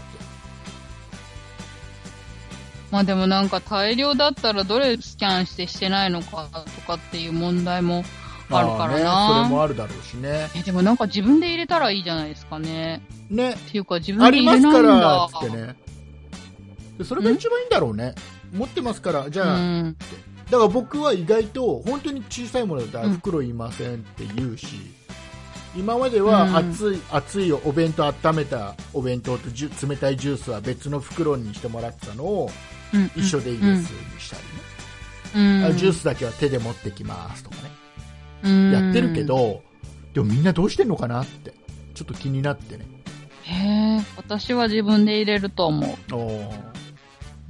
Speaker 1: まあでもなんか大量だったらどれスキャンしてしてないのかとかっていう問題もあるから
Speaker 2: まあね、それ
Speaker 1: な、
Speaker 2: もあるだろうしね。
Speaker 1: えでもなんか自分で入れたらいいじゃないですかね
Speaker 2: ね、
Speaker 1: っていうか自
Speaker 2: あ
Speaker 1: 分で入
Speaker 2: りま
Speaker 1: れ
Speaker 2: す
Speaker 1: ないん
Speaker 2: か
Speaker 1: だ
Speaker 2: ら、つってね。でそれが一番いいんだろうね。持ってますから、じ
Speaker 1: う
Speaker 2: ゃあ、
Speaker 1: ん
Speaker 2: だから僕は意外と、本当に小さいものだったら
Speaker 1: うん
Speaker 2: 袋いませんって言うし、今までは
Speaker 1: うん
Speaker 2: 熱い、熱いお弁当温めたお弁当とジュ冷たいジュースは別の袋にしてもらってたのを
Speaker 1: うん
Speaker 2: 一緒でいいですにしたりね、
Speaker 1: うん
Speaker 2: あジュースだけは手で持ってきますとかね、
Speaker 1: うん
Speaker 2: やってるけど、でもみんなどうしてんのかなって、ちょっと気になってね。
Speaker 1: へえ私は自分で入れると思う
Speaker 2: お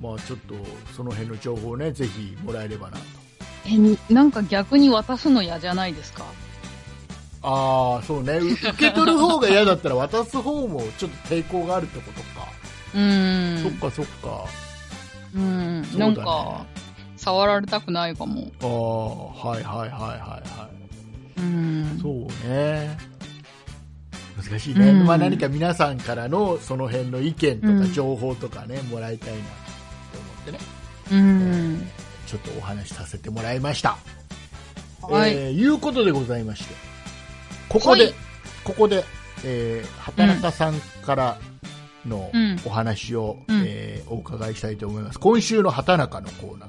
Speaker 2: まあちょっとその辺の情報をねぜひもらえればなと
Speaker 1: えなんか逆に渡すの嫌じゃないですか
Speaker 2: ああ そうねう受け取る方が嫌だったら渡す方もちょっと抵抗があるってことか、
Speaker 1: うん
Speaker 2: そっかそっか
Speaker 1: うん
Speaker 2: そうだね
Speaker 1: なんか触られたくないかも
Speaker 2: ああはいはいはいはいはい
Speaker 1: うん
Speaker 2: そうね難しいね、
Speaker 1: うん
Speaker 2: まあ何か皆さんからのその辺の意見
Speaker 1: う
Speaker 2: とか
Speaker 1: ん
Speaker 2: 情報とかね、もらいたいなと思ってね
Speaker 1: うん
Speaker 2: ちょっとお話しさせてもらいました
Speaker 1: はい、
Speaker 2: えーいうことでございまして、ここで、
Speaker 1: はい
Speaker 2: ここで、えー、畑中さんからの
Speaker 1: うん
Speaker 2: お話を、
Speaker 1: うん
Speaker 2: えーお伺いしたいと思います。今週の畑中のコーナ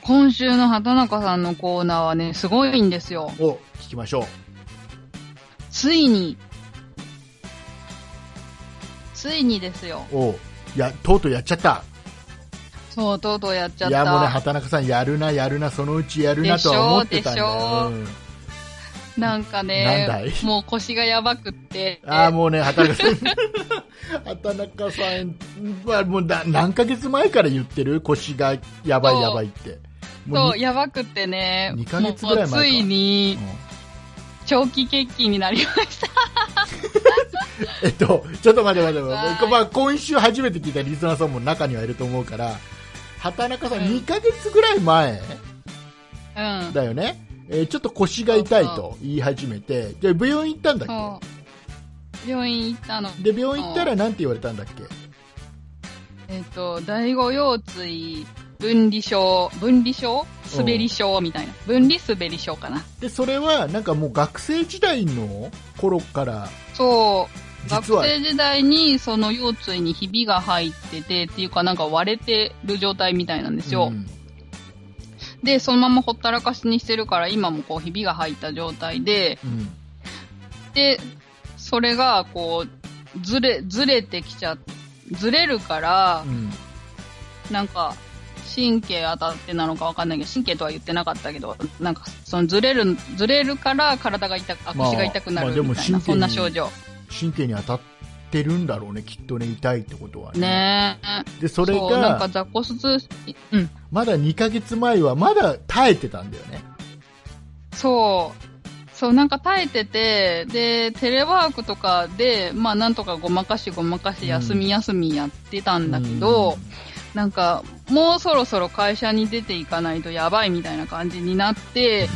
Speaker 1: 今週の畑中さんのコーナーはねすごいんですよ
Speaker 2: ーを聞きましょう。
Speaker 1: ついについにですよ
Speaker 2: おういや、とうとうやっちゃった。
Speaker 1: そうとうとうやっちゃっ
Speaker 2: いや、もうね、
Speaker 1: た
Speaker 2: 畑中さん、やるな、やるな、そのうちやるなとは思ってたんだ
Speaker 1: でし
Speaker 2: よ。
Speaker 1: ょ
Speaker 2: うん
Speaker 1: なんか
Speaker 2: なんだい
Speaker 1: ねもう腰がやばくって
Speaker 2: ああ、もうね、畑中さん。 畑中さんはもうだ何ヶ月前から言ってる腰がやばいやばいって。も
Speaker 1: そうう、やばくってね。
Speaker 2: 二ヶ月ぐらい前か
Speaker 1: もうついに、
Speaker 2: うん
Speaker 1: 長期欠勤になりました。
Speaker 2: えっと、ちょっと待って待って待って、
Speaker 1: はい
Speaker 2: まあ、今週初めて聞いたリスナーさんも中にはいると思うから、畑中さん、
Speaker 1: うん
Speaker 2: 2ヶ月ぐらい前
Speaker 1: うん。
Speaker 2: だよね、えーちょっと腰が痛いと言い始めて、で病院行ったんだっ
Speaker 1: そう。病院行ったの。
Speaker 2: けで、病院行ったらなんて言われたんだっけ
Speaker 1: えっ、と、第五腰椎、分離症、分離症滑り症みたいな。分離滑り症かな。
Speaker 2: で、それはなんかもう学生時代の頃から、
Speaker 1: そう。学
Speaker 2: 実は、
Speaker 1: 生時代にその腰椎にひびが入っててっていうかなんか割れてる状態みたいなんですよ。
Speaker 2: うん
Speaker 1: で、そのままほったらかしにしてるから、今もこう、ひびが入った状態で、
Speaker 2: うん。
Speaker 1: で、それが、こう、ずれ、ずれてきちゃ、ずれるから
Speaker 2: う、ん。
Speaker 1: なんか、神経当たってなのかわかんないけど、神経とは言ってなかったけど、なんか、そのずれる、ずれるから体が痛く、あ
Speaker 2: まあ
Speaker 1: 腰が痛くな
Speaker 2: まあ
Speaker 1: る
Speaker 2: でも
Speaker 1: みたいな、
Speaker 2: 神経に
Speaker 1: そんな症状。
Speaker 2: 神経に当たってるんだろうね、きっとね、痛いってことはね。
Speaker 1: ね
Speaker 2: で、そ
Speaker 1: え。
Speaker 2: れ
Speaker 1: そう、なんか
Speaker 2: が、
Speaker 1: 雑魚骨、うん。
Speaker 2: まだ2ヶ月前は、まだ耐えてたんだよね。
Speaker 1: そう。そう、なんか耐えてて、で、テレワークとかで、まあなんとかごまかしごまかし休み休みやってたんだけど、なんか、もうそろそろ会社に出ていかないとやばいみたいな感じにな って、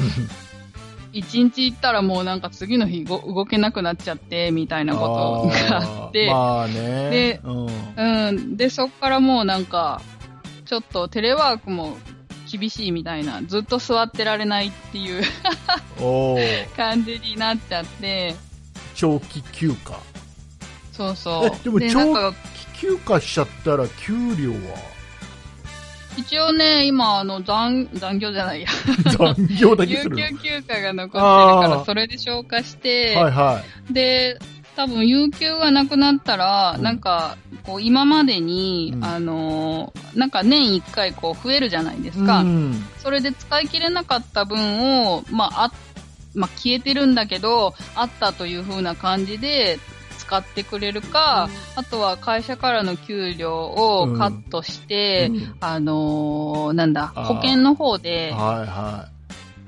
Speaker 1: 一日行ったらもうなんか次の日ご動けなくなっちゃって、みたいなことがあって、
Speaker 2: まあね。
Speaker 1: で
Speaker 2: うん。
Speaker 1: うん。で、そっからもうなんか、ちょっとテレワークも厳しいみたいな、ずっと座ってられないっていう
Speaker 2: おー
Speaker 1: 感じになっちゃって、
Speaker 2: 長期休暇。
Speaker 1: そうそう。
Speaker 2: えでも長
Speaker 1: なんか、
Speaker 2: 期休暇しちゃったら、給料
Speaker 1: 一応ね、今、あの、残、残業じゃない や。
Speaker 2: は残業だ け
Speaker 1: 有
Speaker 2: するの。
Speaker 1: 給休暇が残ってるか
Speaker 2: あー
Speaker 1: ら、それで消化して、
Speaker 2: はいはい。
Speaker 1: で、多分、有給がなくなったら、
Speaker 2: うん
Speaker 1: なんか、こう、今までに、
Speaker 2: うん
Speaker 1: あのーなんか年一回、こう、増えるじゃないですか。
Speaker 2: うん。
Speaker 1: それで使い切れなかった分を、まあ、あまあ、消えてるんだけど、あったという風な感じで使ってくれるか、あとは会社からの給料をカットして、
Speaker 2: うん
Speaker 1: あのーなんだ、
Speaker 2: あー
Speaker 1: 保険の方で、
Speaker 2: はいはい。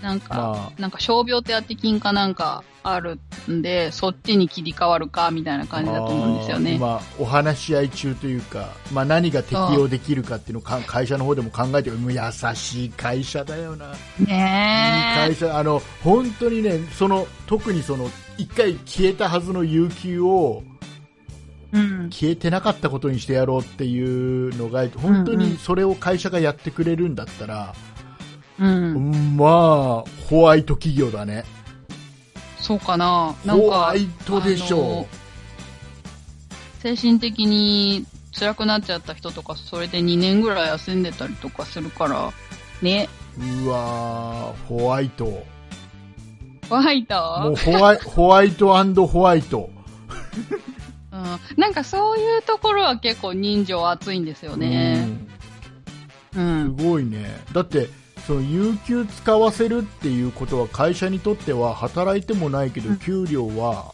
Speaker 1: なんか、
Speaker 2: ま
Speaker 1: なんか傷病手当金かなんかあるんで、そっちに切り替わるか、みたいな感じだと思うんですよ
Speaker 2: あー
Speaker 1: ね。
Speaker 2: 今、お話し合い中というか、まあ、何が適用できるかっていうのをか会社の方でも考えてるもう優しい会社だよな、いい
Speaker 1: ね
Speaker 2: 会社あの本当にねその特にその一回消えたはずの有給を
Speaker 1: え。うん。
Speaker 2: 消えてなかったことにしてやろうっていうのが本当
Speaker 1: うんう
Speaker 2: に
Speaker 1: ん
Speaker 2: それを会社がやってくれるんだったら、
Speaker 1: うん。
Speaker 2: まあホワイト企業だね
Speaker 1: そうかな。なんか、
Speaker 2: ホワイトでし
Speaker 1: あ
Speaker 2: ょ
Speaker 1: の精神的に辛くなっちゃった人とか、それで2年ぐらい休んでたりとかするから、ね。
Speaker 2: ううわーホワイト
Speaker 1: ホワイト
Speaker 2: もうホワイホワイトホワイト、
Speaker 1: うん、なんかそういうところは結構人情熱いんですよね。う
Speaker 2: うん
Speaker 1: ん。
Speaker 2: すごいねだってその有給使わせるっていうことは会社にとっては働いてもないけ
Speaker 1: う
Speaker 2: ど
Speaker 1: ん
Speaker 2: 給料は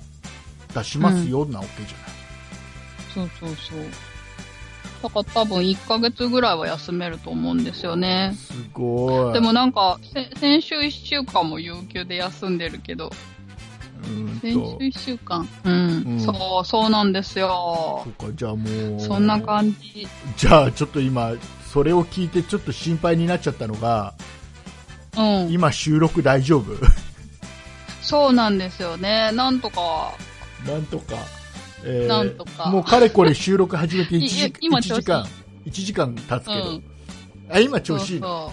Speaker 2: 出しますよなわけじゃない、
Speaker 1: そうそうそう。だから多分1ヶ月ぐらいは休めると思うんですよね。
Speaker 2: すごい
Speaker 1: でもなんか、せ先週1週間も有給で休んでるけど、
Speaker 2: うんと
Speaker 1: 先週1週間。うん。
Speaker 2: うん
Speaker 1: そう、そうなんですよ
Speaker 2: そ。っかじゃあもう
Speaker 1: そんな感じ。
Speaker 2: じゃあちょっと今それを聞いてちょっと心配になっちゃったのが
Speaker 1: うん。
Speaker 2: 今収録大 丈夫
Speaker 1: そうなんですよね。なんとか、
Speaker 2: なんとか、えー
Speaker 1: なんとか
Speaker 2: もうかれこれ収録始めて 1,
Speaker 1: い
Speaker 2: 時
Speaker 1: 今
Speaker 2: 1時間1時間経つけど、
Speaker 1: うん
Speaker 2: あ今調子いいの
Speaker 1: そう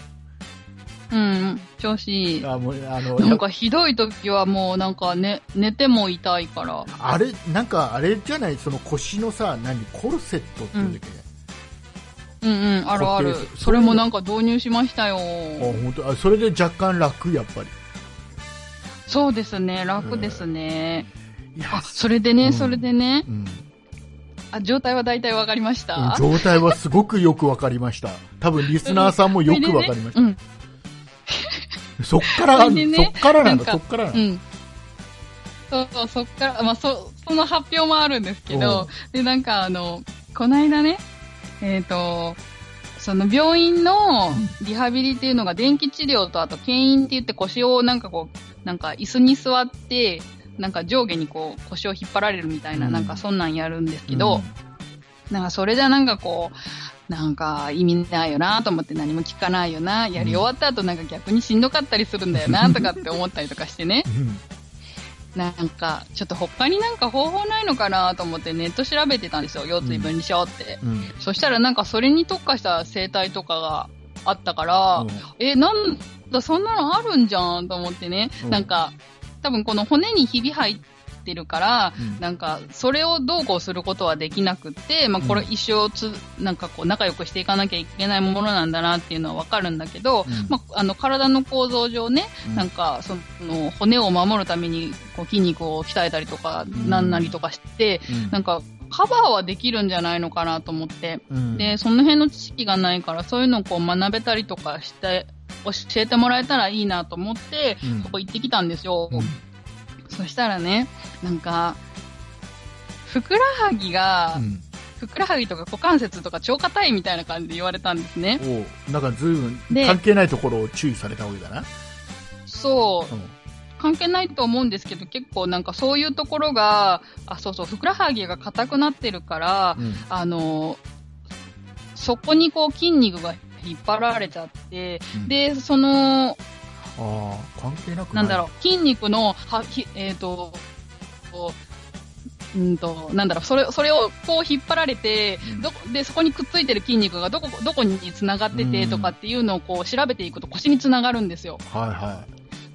Speaker 1: そう。うん、調子いい。
Speaker 2: あもうあの
Speaker 1: なんかひどい時はもうなんかね、寝ても痛いから。
Speaker 2: あれなんかあれじゃないその腰のさ何コルセットっていうんだっけ、
Speaker 1: うんうん、あるある
Speaker 2: 固定す。る
Speaker 1: それもなんか導入しましたよ。
Speaker 2: あ本当あそれで若干楽やっぱり
Speaker 1: そうですね、楽ですね。
Speaker 2: いや
Speaker 1: あ、それでね、
Speaker 2: うん
Speaker 1: それでね、
Speaker 2: うん、
Speaker 1: あ、状態は大体わかりました。
Speaker 2: 状態はすごくよくわかりました多分リスナーさんもよくわかりました、
Speaker 1: うん、
Speaker 2: そっから、
Speaker 1: それでね
Speaker 2: そっからなんだ
Speaker 1: な
Speaker 2: そ
Speaker 1: んか
Speaker 2: っからなん
Speaker 1: う
Speaker 2: だ、
Speaker 1: ん。そうそう、そっから、まあ、そ、その発表もあるんですけ
Speaker 2: うん
Speaker 1: ど、で、なんかあの、こないだね、えっ、と、その病院のリハビリっていうのが電気治療とあと牽引って言って腰をなんかこう、なんか椅子に座って、なんか上下にこう腰を引っ張られるみたいな、
Speaker 2: うん
Speaker 1: なんかそんなんやるんですけど、なんかそれじゃなんかこう、なんか意味ないよなと思って何も聞かないよな、やり終わった後なんか逆にしんどかったりするんだよなとかって思ったりとかしてね。
Speaker 2: うん、
Speaker 1: なんか、ちょっと他になんか方法ないのかなと思ってネット調べてたんですよ。腰椎分離症って。
Speaker 2: うんうん
Speaker 1: そしたらなんかそれに特化した生態とかがあったから、
Speaker 2: う
Speaker 1: え、なんだ、そんなのあるんじゃんと思ってね。
Speaker 2: うん
Speaker 1: なんか、多分この骨にひび入って、ってるから、
Speaker 2: うん
Speaker 1: なんか、それをどうこうすることはできなくって、まあ、これ一生つ、なんかこう、仲良くしていかなきゃいけないものなんだなっていうのはわかるんだけど、
Speaker 2: うん
Speaker 1: まあ、あの、体の構造上ね、
Speaker 2: うん
Speaker 1: なんか、その、骨を守るために、こう、筋肉を鍛えたりとか、
Speaker 2: ん
Speaker 1: なんなりとかして、
Speaker 2: うん
Speaker 1: なんか、カバーはできるんじゃないのかなと思って、
Speaker 2: うん
Speaker 1: で、その辺の知識がないから、そういうのをこう、学べたりとかして、教えてもらえたらいいなと思って、
Speaker 2: うん
Speaker 1: そこ行ってきたんですよ。
Speaker 2: うん
Speaker 1: そしたらね、なんか、ふくらはぎが、
Speaker 2: うん
Speaker 1: ふくらはぎとか股関節とか超硬いみたいな感じで言われたんですね。
Speaker 2: おうなんかずいぶん
Speaker 1: で
Speaker 2: 関係ないところを注意されたわけだな。
Speaker 1: そう、
Speaker 2: うん
Speaker 1: 関係ないと思うんですけど、結構なんかそういうところが、あ、そうそう、ふくらはぎが硬くなってるから、
Speaker 2: うん
Speaker 1: あの、そこにこう筋肉が引っ張られちゃって、
Speaker 2: うん
Speaker 1: で、その、
Speaker 2: ああ、関係なく
Speaker 1: なんだ
Speaker 2: う。
Speaker 1: ろう、筋肉の、は、ひ、えっ、と、こううんと、なんだろう、それ、それをこう引っ張られて
Speaker 2: うん、
Speaker 1: どこ、で、そこにくっついてる筋肉がどこ、どこに繋がってて
Speaker 2: うん
Speaker 1: とかっていうのをこう調べていくと腰に繋がるんですよ。
Speaker 2: はいは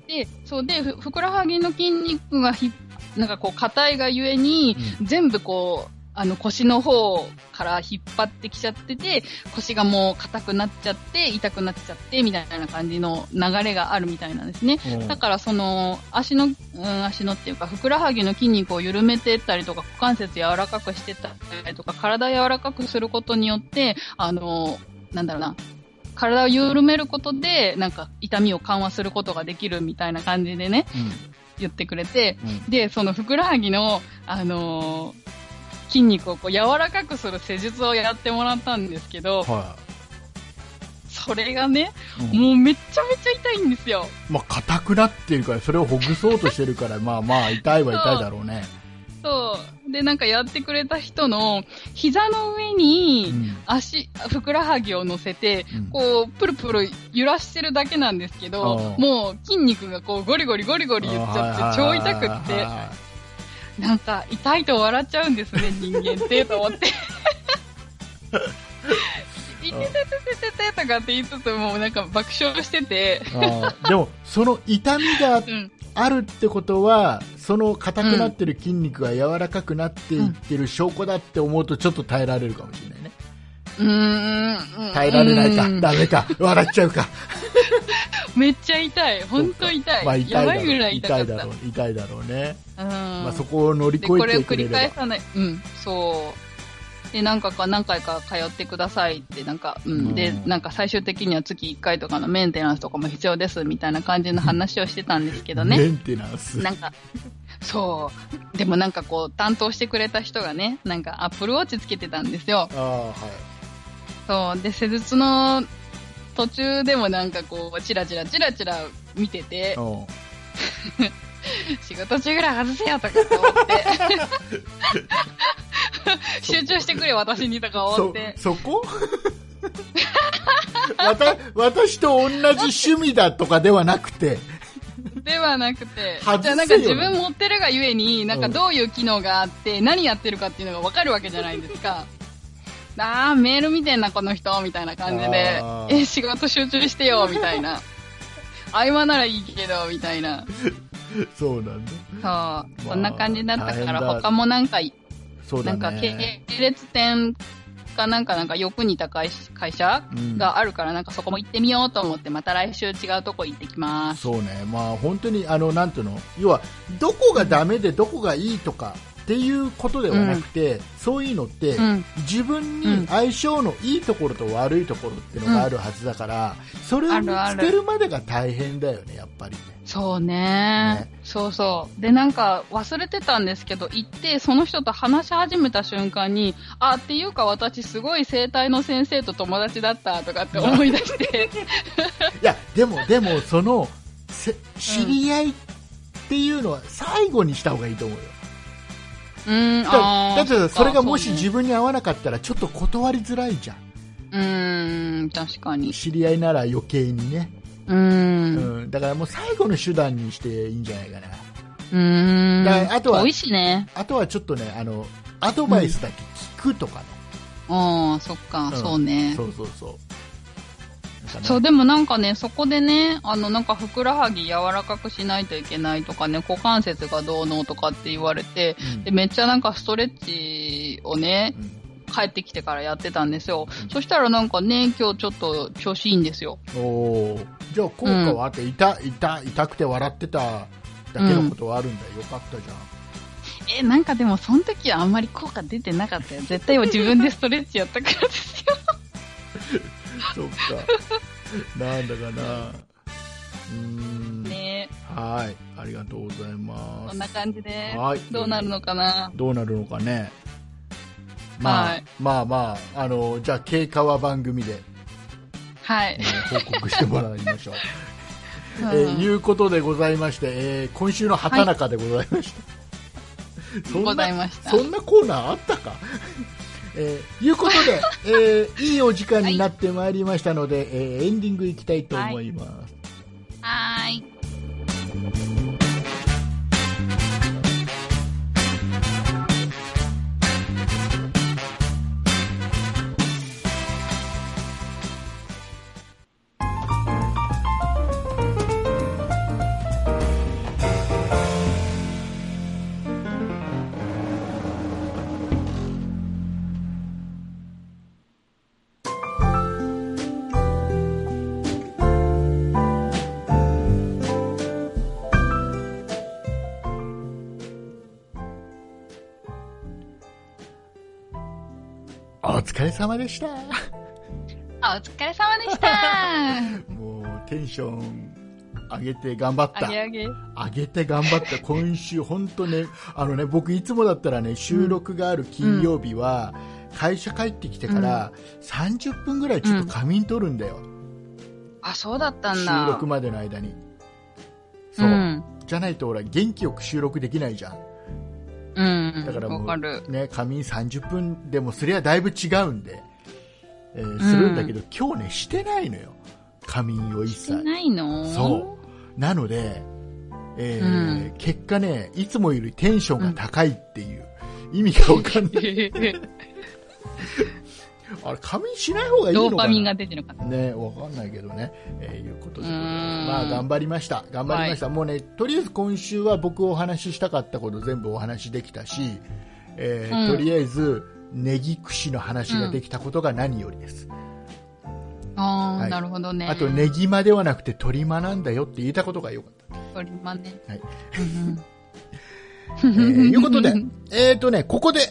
Speaker 1: で、そうで、ふふくらはぎの筋肉がひ、なんかこう硬いがゆえに
Speaker 2: い。、うん
Speaker 1: 全部こう、あの腰の方から引っ張ってきちゃってて、腰がもう硬くなっちゃって、痛くなっちゃって、みたいな感じの流れがあるみたいなんですね。
Speaker 2: おう
Speaker 1: だからその足の、うん、足のっていうかふくらはぎの筋肉を緩めてったりとか股関節柔らかくしてったりとか体柔らかくすることによってあのなんだろうな体を緩めることでなんか痛みを緩和することができるみたいな感じでね言ってくれて
Speaker 2: うんうん
Speaker 1: でそのふくらはぎのあの筋肉をこう柔らかくする施術をやってもらったんですけど
Speaker 2: は
Speaker 1: それがね
Speaker 2: い。うん
Speaker 1: もうめちゃめちゃ痛いんですよ。
Speaker 2: まあ、硬くなってるから、それをほぐそうとして るから、まあまあ、痛いは痛いだろうね。
Speaker 1: そう。で、なんかやってくれた人の、膝の上
Speaker 2: う
Speaker 1: に、
Speaker 2: ん
Speaker 1: 足、ふくらはぎを乗せて、
Speaker 2: うん
Speaker 1: こう、ぷるぷる揺らしてるだけなんですけ
Speaker 2: あ
Speaker 1: ど
Speaker 2: ー、
Speaker 1: もう筋肉がこう、ゴリゴリゴリゴリ言っちゃって、超
Speaker 2: はい
Speaker 1: 痛
Speaker 2: はい
Speaker 1: く
Speaker 2: はい
Speaker 1: って、
Speaker 2: はい
Speaker 1: なんか、痛いと笑っちゃうんです ね、人間って、と思って。いててててててとかって言いつつ、もうなんか爆笑してて、
Speaker 2: あーでも、その痛みが
Speaker 1: うん。
Speaker 2: あるってことは、その硬くなってる筋肉が柔らかくなっていってる証拠だって思うと、ちょっと耐えられるかもしれないね。
Speaker 1: うーん。
Speaker 2: 耐えられないか
Speaker 1: う、ん
Speaker 2: ダメか、笑っちゃうか。
Speaker 1: めっちゃ痛い。ほんと痛い。
Speaker 2: まあ、痛い
Speaker 1: やば
Speaker 2: だろ
Speaker 1: いうぐらい痛か
Speaker 2: 痛
Speaker 1: っ
Speaker 2: い
Speaker 1: た
Speaker 2: だ。ろう、痛いだろうね。
Speaker 1: うん
Speaker 2: まあ、そこを乗り
Speaker 1: で
Speaker 2: 越
Speaker 1: これ
Speaker 2: え
Speaker 1: を
Speaker 2: てく
Speaker 1: 繰
Speaker 2: れ
Speaker 1: り
Speaker 2: れ
Speaker 1: 返
Speaker 2: ば。
Speaker 1: さない、うん、そう。で、なんかか何回か通ってくださいって、なんか、うん、
Speaker 2: うん
Speaker 1: で、なんか最終的には月1回とかのメンテナンスとかも必要ですみたいな感じの話をしてたんですけど
Speaker 2: メ
Speaker 1: ね。
Speaker 2: ンテナンス。
Speaker 1: なんか、そう。でもなんかこう、担当してくれた人がね、なんかアップルウォッチつけてたんですよ。
Speaker 2: ああ、はい。
Speaker 1: そう。で、施術の途中でもなんかこう、チラチラチラチラ見てて、
Speaker 2: うん
Speaker 1: 仕事中ぐらい外せよとかって思って。 集中してくれ、私にとか思っ
Speaker 2: そ
Speaker 1: て。
Speaker 2: そこ わた私と同じ趣味だとかではなくて、
Speaker 1: ではなくて
Speaker 2: 外せよ、
Speaker 1: じゃあなんか自分持ってるがゆえに、なんかどういう機能があって、何やってるかっていうのがわかるわけじゃないです か。あー、メール見てんな、この人、みたいな感じで
Speaker 2: あ、ー
Speaker 1: え、仕事集中してよ、みたいな。 合間ならいいけど、みたいな。
Speaker 2: そうなんだ。
Speaker 1: そう。そんな感じだった
Speaker 2: 大
Speaker 1: か
Speaker 2: 変
Speaker 1: ら、
Speaker 2: だ
Speaker 1: 他もなんか、
Speaker 2: そうだ
Speaker 1: なん
Speaker 2: ね。
Speaker 1: か系列店かなんかなんか欲に似た会社会社
Speaker 2: うん
Speaker 1: があるからなんかそこも行ってみようと思ってまた来週違うとこ行ってきます。
Speaker 2: そうね、まあ本当に、あの、なんていうの、要は、どこがダメでどこがいいとかっていうことではなくて、そういうのって、
Speaker 1: うん。
Speaker 2: 自分
Speaker 1: う
Speaker 2: に
Speaker 1: ん
Speaker 2: 相性のいいところと悪いところっていうのがあるはずだから、それを
Speaker 1: あ
Speaker 2: 見
Speaker 1: るあ
Speaker 2: つ
Speaker 1: る
Speaker 2: けるまでが大変だよね、やっぱりね。
Speaker 1: そうね
Speaker 2: ね
Speaker 1: そうそう。で、なんか忘れてたんですけど、行ってその人と話し始めた瞬間に、あ、っていうか私すごい生体の先生と友達だったとかって思い出 して、
Speaker 2: いや、でも、でも、その、せ知り合いっていうのは最後にした方がいいと思うよ。
Speaker 1: うん、あー
Speaker 2: だだってさそれがもし
Speaker 1: そうね
Speaker 2: 自分に合わなかったら、ちょっと断りづらいじゃん。
Speaker 1: うーん、確かに。
Speaker 2: 知り合いなら余計にね。
Speaker 1: うーん。
Speaker 2: うん、だからもう最後の手段にしていいんじゃないかな。
Speaker 1: うーん。
Speaker 2: だあとは
Speaker 1: 遠いしね。
Speaker 2: あとはちょっとね、あの、アドバイスだけ聞くとかね。
Speaker 1: ああ、そっか、
Speaker 2: うん
Speaker 1: そうね。
Speaker 2: そうそうそう。かね
Speaker 1: そう、でもなんかね、そこでね、あの、なんかふくらはぎ柔らかくしないといけないとかね、股関節がどうのとかって言われて、
Speaker 2: うん
Speaker 1: で、めっちゃなんかストレッチをね、帰ってきてからやってたんですよ。そしたらなんかね、今日ちょっと調子いいんですよ。
Speaker 2: うんおーじゃあ効果はあって痛痛痛くて笑ってただけのことはあるんだよ、よかったじゃん
Speaker 1: え、なんかでもその時はあんまり効果出てなかったよ。絶対今自分でストレッチやったからです よ。
Speaker 2: そっか。なんだかな。うーん。
Speaker 1: ね
Speaker 2: はい。ありがとうござい
Speaker 1: こ
Speaker 2: ま
Speaker 1: ん
Speaker 2: す。
Speaker 1: な感じで、
Speaker 2: はい
Speaker 1: どうなるのかな。
Speaker 2: どうなるのかね。まあ、
Speaker 1: はい
Speaker 2: まあまあ、あの、じゃあ、経過は番組で、
Speaker 1: はい
Speaker 2: え。ー報告してもらいましょう。えー
Speaker 1: うん
Speaker 2: いうことでございまして、えー今週の畑中でございました。そんな
Speaker 1: ございました
Speaker 2: そんなコーナーあったかえーいうことで、えーいいお時間になってまいりましたので、えーエンディングいきたいと思います。
Speaker 1: はーい。
Speaker 2: お疲れ様でした。
Speaker 1: あお疲れ様で した。
Speaker 2: もうテンション上げて頑張っ
Speaker 1: あ
Speaker 2: た。
Speaker 1: げあげ。
Speaker 2: 上げて頑 張った。今週本当ね、あのね、僕いつもだったらね、収録がある金曜日は、会社帰ってきてから30分ぐらいちょっと仮眠取るんだよ。
Speaker 1: あ、そうだったん
Speaker 2: 収
Speaker 1: だ。
Speaker 2: 録までの間に。そう。
Speaker 1: うん。
Speaker 2: じゃないとほら、元気よく収録できないじゃん。
Speaker 1: うん。
Speaker 2: だからも
Speaker 1: わかる。
Speaker 2: う、ね、仮眠30分でもすりゃだいぶ違うんで、えーするんだけど、今日ね、してないのよ。仮眠を一
Speaker 1: して
Speaker 2: 切。
Speaker 1: ないの
Speaker 2: そう。なので、えー
Speaker 1: う
Speaker 2: 結果ね、いつもよりテンションが高いっていう、意味がわ かんない。あれ、仮眠しない方がいい
Speaker 1: ド
Speaker 2: の
Speaker 1: ー
Speaker 2: か
Speaker 1: パミン
Speaker 2: な
Speaker 1: が出てるかな。
Speaker 2: ね、わかんないけどね。えーいうことでございま
Speaker 1: うん
Speaker 2: す。まあ、頑張りました。頑張りました。もうね、とりあえず今週は僕お話ししたかったこと全部お話しできたし、えー
Speaker 1: うん
Speaker 2: とりあえず、ネギ串の話ができたことが何よりです。
Speaker 1: ああ、
Speaker 2: はい
Speaker 1: なるほどね。
Speaker 2: あと、ネギ間ではなくて鳥間なんだよって言えたことが良かった。
Speaker 1: 鳥まね。
Speaker 2: はい
Speaker 1: うん
Speaker 2: え
Speaker 1: うん。
Speaker 2: ーいうこ とで、えっ、とね、ここで、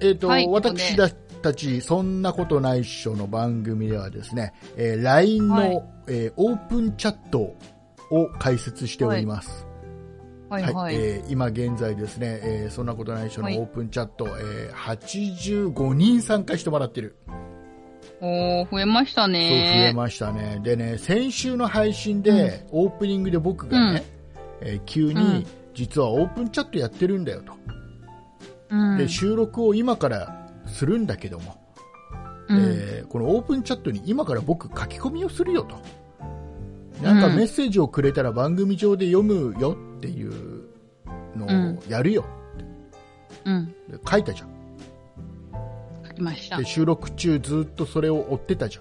Speaker 2: えっ、と、
Speaker 1: はい
Speaker 2: 私
Speaker 1: こ
Speaker 2: たち、そんなことないっしょの番組ではですね、えー LINE の、
Speaker 1: はい
Speaker 2: えーオープンチャットを開設しております。
Speaker 1: は
Speaker 2: はいい、
Speaker 1: はい。
Speaker 2: えー今現在ですね、えーそんなことないっしょの
Speaker 1: はい
Speaker 2: オープンチャット、えー85人参加してもらってる。
Speaker 1: おー、増えました
Speaker 2: そう、増え
Speaker 1: ね。
Speaker 2: ましたね。でね、先週の配信で、オープニングで僕がね、えー急に、
Speaker 1: うん
Speaker 2: 実はオープンチャットやってるんだよと。
Speaker 1: うん
Speaker 2: で収録を今からするんだけども、
Speaker 1: うん
Speaker 2: えーこのオープンチャットに今から僕書き込みをするよとなんか
Speaker 1: うん
Speaker 2: メッセージをくれたら番組上で読むよっていうの
Speaker 1: うん
Speaker 2: をやるよ、
Speaker 1: うん。
Speaker 2: で書いたじゃん
Speaker 1: 書きました
Speaker 2: で。収録中ずっとそれを追ってたじ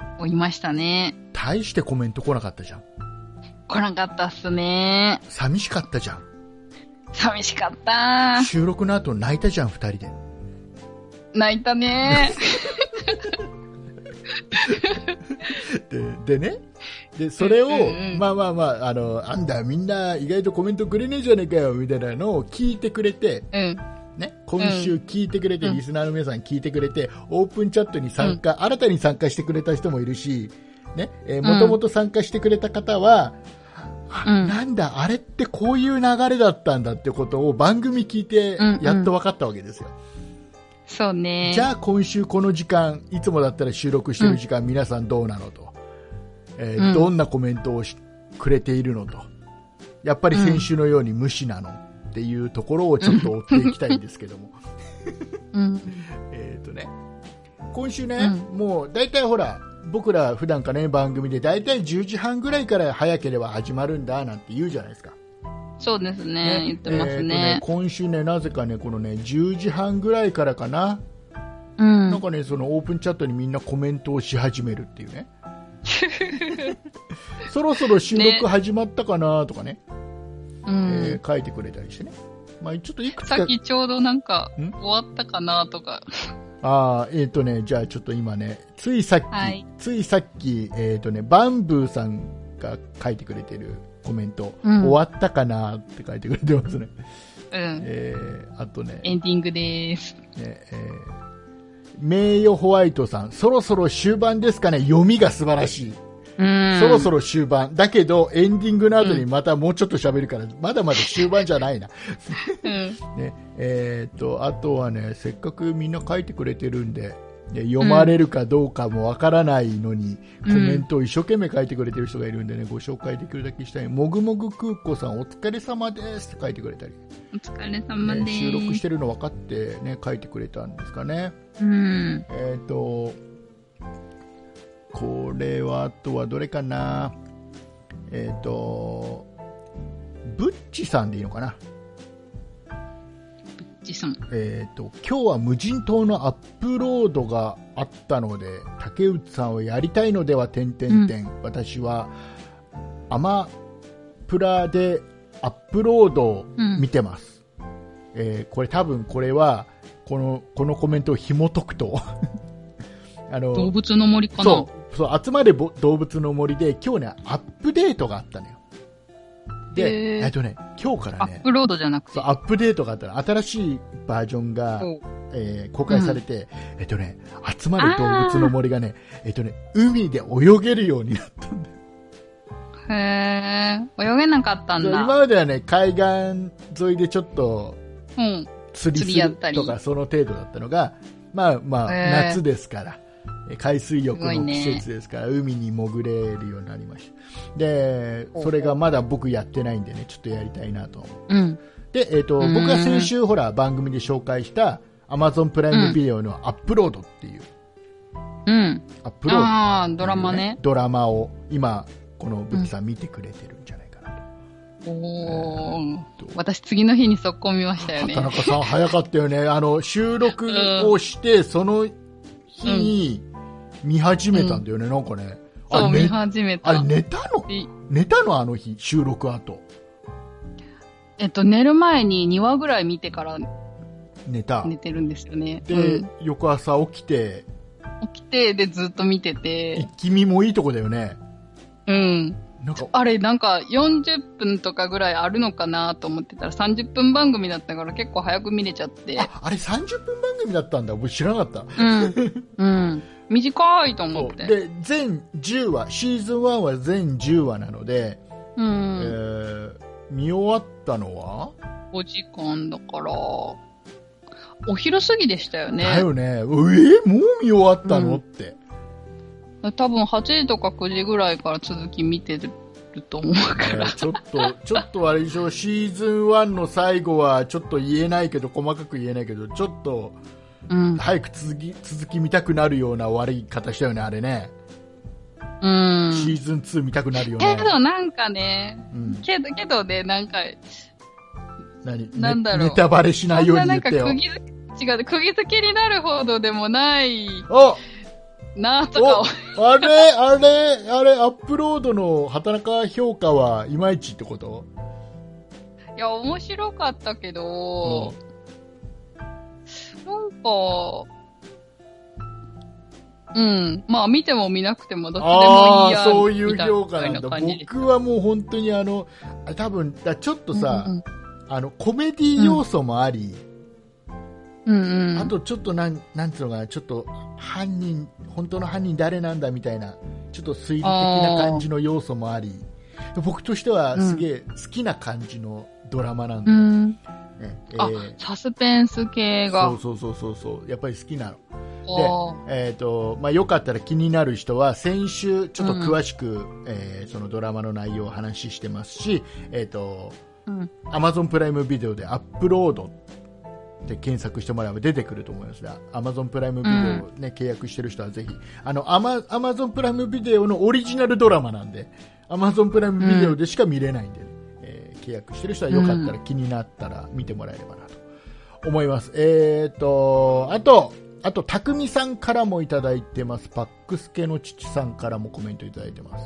Speaker 2: ゃん
Speaker 1: 追いましたね。
Speaker 2: 大してコメント来なかったじゃん
Speaker 1: 来なかったっすね。
Speaker 2: 寂しかったじゃん
Speaker 1: 寂しかった。
Speaker 2: 収録の後泣いたじゃん2人で
Speaker 1: 泣いた ね。
Speaker 2: ででねでそれを、
Speaker 1: うんうん
Speaker 2: まあまあまああのあんだみんな意外とコメントくれねえじゃねえかよみたいなのを聞いてくれて
Speaker 1: うん。
Speaker 2: ね、今週聞いてくれて、
Speaker 1: うん
Speaker 2: リスナーの皆さん聞いてくれて、オープンチャットに参加、新たに参加してくれた人もいるし、ね、えー、もともと参加してくれた方は、あ
Speaker 1: うん
Speaker 2: なんだ、あれってこういう流れだったんだってことを番組聞いて
Speaker 1: うんう、ん
Speaker 2: やっと分かったわけですよ。
Speaker 1: そうね。
Speaker 2: じゃあ今週この時間、いつもだったら収録してる時間、皆さんどうなのと。えー
Speaker 1: うん
Speaker 2: どんなコメントをしくれているのと。やっぱり先週のように無視なのっていうところをちょっと追っていきたいんですけども。
Speaker 1: うん。
Speaker 2: えっ、とね、今週ね、もう大体ほら、僕ら普段からね、番組で大体10時半ぐらいから早ければ始まるんだなんて言うじゃないですか。
Speaker 1: そうですね。言ってます
Speaker 2: えーと
Speaker 1: ね。
Speaker 2: 今週ね、なぜかね、このね、10時半ぐらいからかな、
Speaker 1: うん。
Speaker 2: なんかね、そのオープンチャットにみんなコメントをし始めるって いうね。そろそろ収録始まったかなとかね、
Speaker 1: うん
Speaker 2: えー書いてくれたりしてね。まあ、ちょっといくつ
Speaker 1: さ
Speaker 2: か
Speaker 1: っ、きちょうどなんか、
Speaker 2: ん
Speaker 1: 終わったかなとか。
Speaker 2: あーえっ、とね、じゃあちょっと今ね、ついさっき、
Speaker 1: はい
Speaker 2: ついさっき、えっ、とね、バンブーさんが書いてくれてるコメント、
Speaker 1: うん
Speaker 2: 終わったかなって書いてくれてますね。
Speaker 1: うん。
Speaker 2: えーあとね、
Speaker 1: エンディングでーす。
Speaker 2: ねえー名誉ホワイトさん、そろそろ終盤ですかね、読みが素晴らしい。
Speaker 1: うん。
Speaker 2: そろそ
Speaker 1: ろ。
Speaker 2: ろ終盤。だけど、エンディングの後にまたもうちょっと喋るから、まだまだ終盤じゃないな。
Speaker 1: うん。
Speaker 2: ね、えーっと、あとはね、せっかくみんな書いてくれてるんで、ね読まれるかどうかもわからないのに、
Speaker 1: うん
Speaker 2: コメントを一生懸命書いてくれてる人がいるんでね、ご紹介できるだけしたい。もぐもぐ空港さん、お疲れ様ですって書いてくれたり、
Speaker 1: お疲れ様で
Speaker 2: ね
Speaker 1: ーす。
Speaker 2: 収録してるの分かってね、書いてくれたんですかね。
Speaker 1: うん。
Speaker 2: えっ、と、これは、あとはどれかな。えっ、と、ブッチさんでいいのかな。
Speaker 1: ジソン。
Speaker 2: えっ、と、今日は無人島のアップロードがあったので、竹内さんをやりたいのでは、点々点。私は、アマプラでアップロードを見てます。えーこれ多分これは、この、このコメントを紐解くと、 あの、
Speaker 1: 動物の森かな
Speaker 2: そう、そう、集まれぼ動物の森で、今日ね、アップデートがあったのよ。で、
Speaker 1: へー
Speaker 2: えっとね、今日から
Speaker 1: ア
Speaker 2: ね
Speaker 1: ッ、プロードじゃなくて。
Speaker 2: そう、アップデートがあったの。新しいバージョンが、
Speaker 1: そう
Speaker 2: えー公開されて、えっとね、集まる動物の森がね、えっとね、海で泳げるようになったんだよ。
Speaker 1: へー。泳げなかったん
Speaker 2: そう
Speaker 1: だ。
Speaker 2: 今まではね、海岸沿いでちょっと
Speaker 1: うん。
Speaker 2: 釣り
Speaker 1: 釣
Speaker 2: す
Speaker 1: りやっ
Speaker 2: る
Speaker 1: たり
Speaker 2: とか、その程度だったのが、まあまあ、
Speaker 1: へー
Speaker 2: 夏ですから、え海水浴
Speaker 1: すごい
Speaker 2: の
Speaker 1: ね
Speaker 2: 季節ですから、海に潜れるようになりました。で
Speaker 1: ほう、ほう
Speaker 2: それがまだ僕やってないんでね、ちょっとやりたいなと思う
Speaker 1: うん。
Speaker 2: で、えっと
Speaker 1: うん
Speaker 2: 僕が先週ほら番組で紹介した Amazon プライムビデオのアップロードっていう、
Speaker 1: うん。
Speaker 2: アップロードっていうね
Speaker 1: ああ、ドラマね。
Speaker 2: ドラマを今このブキさん見てくれてるんじゃないかな
Speaker 1: おー。
Speaker 2: と、
Speaker 1: 私次の日に速攻見ましたよね
Speaker 2: 畑。中さん早かった よねあの収録をしてその日に見始めたんだよね、なんかねあ
Speaker 1: そう、
Speaker 2: れ
Speaker 1: 見
Speaker 2: ね
Speaker 1: 始めた。
Speaker 2: あれ寝たの
Speaker 1: い
Speaker 2: 寝たのあの日収録後
Speaker 1: えっと、寝る前に2話ぐらい見てから
Speaker 2: 寝た
Speaker 1: 寝てるんですよね。
Speaker 2: で、
Speaker 1: うん
Speaker 2: 翌朝起きて
Speaker 1: 起きて、で、ずっと見てて、
Speaker 2: 君もいいとこだよね
Speaker 1: うん。
Speaker 2: なんか
Speaker 1: あれ、なんか40分とかぐらいあるのかなと思ってたら30分番組だったから結構早く見れちゃって。
Speaker 2: ああれ30分番組だったんだ僕知らなかった
Speaker 1: うん。うん。短いと思
Speaker 2: そ
Speaker 1: っ
Speaker 2: う
Speaker 1: て。
Speaker 2: で全10話シーズン1は全10話なので、
Speaker 1: う
Speaker 2: え
Speaker 1: ん。
Speaker 2: ー見終わったのは、
Speaker 1: 5時間だから、お昼過ぎでしたよ
Speaker 2: だ
Speaker 1: ね。
Speaker 2: よね、えーもう見終わったの、
Speaker 1: うん
Speaker 2: って。
Speaker 1: 多分8時とか9時ぐらいから続き見てると思う
Speaker 2: え
Speaker 1: から。
Speaker 2: ーちょっと、ちょっとあれでしょ、シーズン1の最後はちょっと言えないけど、細かく言えないけど、ちょっと
Speaker 1: うん。
Speaker 2: 早く続き、続き見たくなるような終わり方したよね、あれね。
Speaker 1: うん。
Speaker 2: シーズン2見たくなるよ
Speaker 1: け
Speaker 2: ね。
Speaker 1: どなんかね、
Speaker 2: うん、
Speaker 1: けど、けどね、なんか、
Speaker 2: 何ね
Speaker 1: なんだろう
Speaker 2: ネタバレしないよう
Speaker 1: そん
Speaker 2: に
Speaker 1: なな
Speaker 2: 言っ
Speaker 1: んか
Speaker 2: てよ。
Speaker 1: 釘付け、違う、釘付けになるほどでもない
Speaker 2: あ
Speaker 1: なとか、
Speaker 2: おあれあれあれアップロードの畑中評価はいまいちってこと
Speaker 1: いや、面白かったけど、
Speaker 2: う
Speaker 1: なんか、うん。まあ、見ても見なくてもどっちでもいい
Speaker 2: あ
Speaker 1: や。
Speaker 2: あーそういう評価な
Speaker 1: み
Speaker 2: んだ
Speaker 1: たい感じで
Speaker 2: 僕はもう本当にあのあ多分だちょっとさ、
Speaker 1: うん
Speaker 2: あのコメディ要素もあり、
Speaker 1: うん、うんうん
Speaker 2: あ、とちょっとなんなんつうのかなちょっと犯人本当の犯人誰なんだみたいなちょっと推理的な感じの要素もあり僕としてはすげえ好きな感じのドラマなん
Speaker 1: う
Speaker 2: だよ
Speaker 1: ん。
Speaker 2: ね、
Speaker 1: あ
Speaker 2: えー、
Speaker 1: サスペンス系が。
Speaker 2: そうそうそうそうそうやっぱり好きなの
Speaker 1: おー
Speaker 2: えーとまあ、よかったら気になる人は先週、ちょっと詳しく、えーそのドラマの内容をお話ししてますし、えー、と
Speaker 1: うん。
Speaker 2: Amazon プライムビデオでアップロードで検索してもらえば出てくると思いますが Amazon プライムビデオ、ね契約してる人はぜひあのアマ Amazon プライムビデオのオリジナルドラマなんで Amazon プライムビデオでしか見れないんでね、えー契約してる人はよかったら気になったら見てもらえればなと思います。えー、とあとあと、たくみさんからもいただいてます。パックスケの父さんからもコメントいただいてます。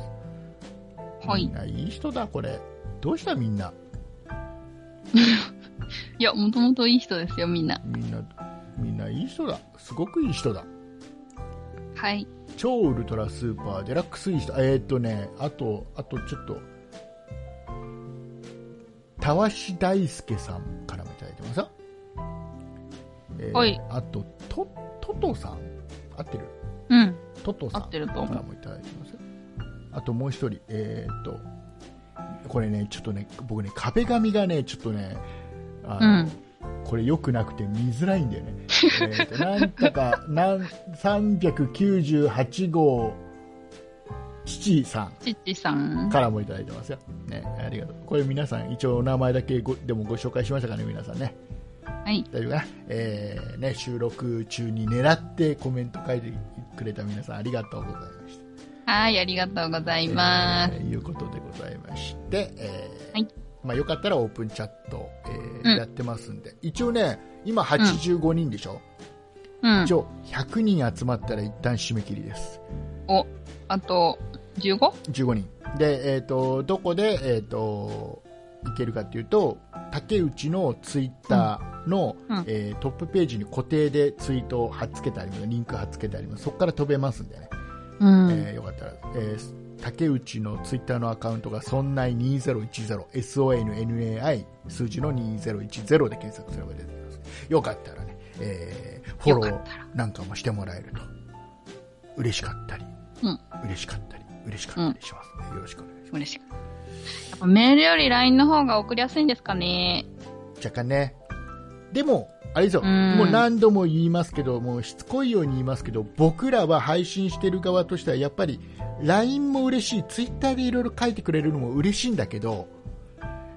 Speaker 1: は
Speaker 2: み
Speaker 1: い
Speaker 2: ん。ないい人だ、これ。どうしたみんな。
Speaker 1: いや、もともといい人ですよ、みんな。
Speaker 2: みんな、みんないい人だ。すごくいい人だ。
Speaker 1: はい。
Speaker 2: 超ウルトラスーパーデラックスいい人。えー、っとね、あと、あとちょっと、たわし大輔さんからもいただいてますよ。えー
Speaker 1: はい
Speaker 2: あと、と、ととさん合ってる
Speaker 1: うん。
Speaker 2: トトさん
Speaker 1: 合ってると思う
Speaker 2: からもいただいてますあともう一人えーっとこれねちょっとね僕ね壁紙がねちょっとねあ
Speaker 1: う
Speaker 2: の、
Speaker 1: ん。
Speaker 2: これ良くなくて見づらいんだよねえーっとなんとか なん398号父さん
Speaker 1: ちっちさん。
Speaker 2: からもいただいてますよ、ね、ありがとうこれ皆さん一応お名前だけごでもご紹介しましたかね皆さんね
Speaker 1: はい。
Speaker 2: 大丈夫かな、えーね、収録中に狙ってコメント書いてくれた皆さんありがとうございました
Speaker 1: はい、ありがとうございます。
Speaker 2: えーいうことでございまして、え
Speaker 1: は
Speaker 2: ー
Speaker 1: い
Speaker 2: まあ、よかったらオープンチャット、えー
Speaker 1: うん
Speaker 2: やってますんで一応ね今85人でしょ、
Speaker 1: うん
Speaker 2: 一。応100人集まったら一旦締め切りです
Speaker 1: お、あと、15?
Speaker 2: 15人で、えー、とどこで、えー、といけるかっていうと竹内のツイッターの、
Speaker 1: うんうん
Speaker 2: えートップページに固定でツイートを貼っつけてありますリンク貼っつけてありますそこから飛べますんでね
Speaker 1: うん。
Speaker 2: えーよかったら、えー竹内のツイッターのアカウントがそんない2010 sonnai 数字の2010で検索すれば出てきますよかったらね、えーフォロ
Speaker 1: よかったら
Speaker 2: ーなんかもしてもらえると嬉しかったり、
Speaker 1: うん
Speaker 2: 嬉しかったり嬉しかったりしますね、よろしくお願いしま
Speaker 1: 嬉しかった。やっぱメールより LINE の方が送りやすいんですかね。
Speaker 2: す若干ねでもあれですよ、
Speaker 1: うん
Speaker 2: もう何度も言いますけど、もうしつこいように言いますけど、僕らは配信してる側としては、やっぱり LINE も嬉しい、Twitter でいろいろ書いてくれるのも嬉しいんだけど、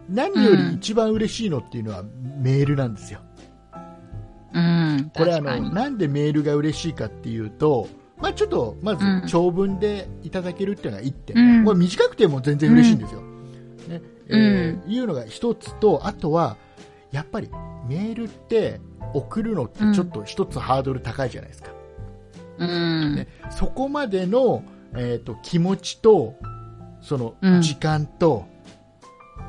Speaker 2: 何より一番嬉しいのっていうのはメールなんですよ。
Speaker 1: うん。
Speaker 2: これあ
Speaker 1: 確か
Speaker 2: の、
Speaker 1: に。
Speaker 2: なんでメールが嬉しいかっていうと、まあ、ちょっとまず
Speaker 1: うん
Speaker 2: 長文でいただけるっていうのが1点、
Speaker 1: うん
Speaker 2: これ短くても全然嬉しいんですよ。ね
Speaker 1: うん
Speaker 2: えーいうのが一つと、あとはやっぱりメールって送るのってちょっと一つハードル高いじゃないですか。
Speaker 1: うん。
Speaker 2: ね、そこまでの、えー、と気持ちとその
Speaker 1: うん
Speaker 2: 時間と、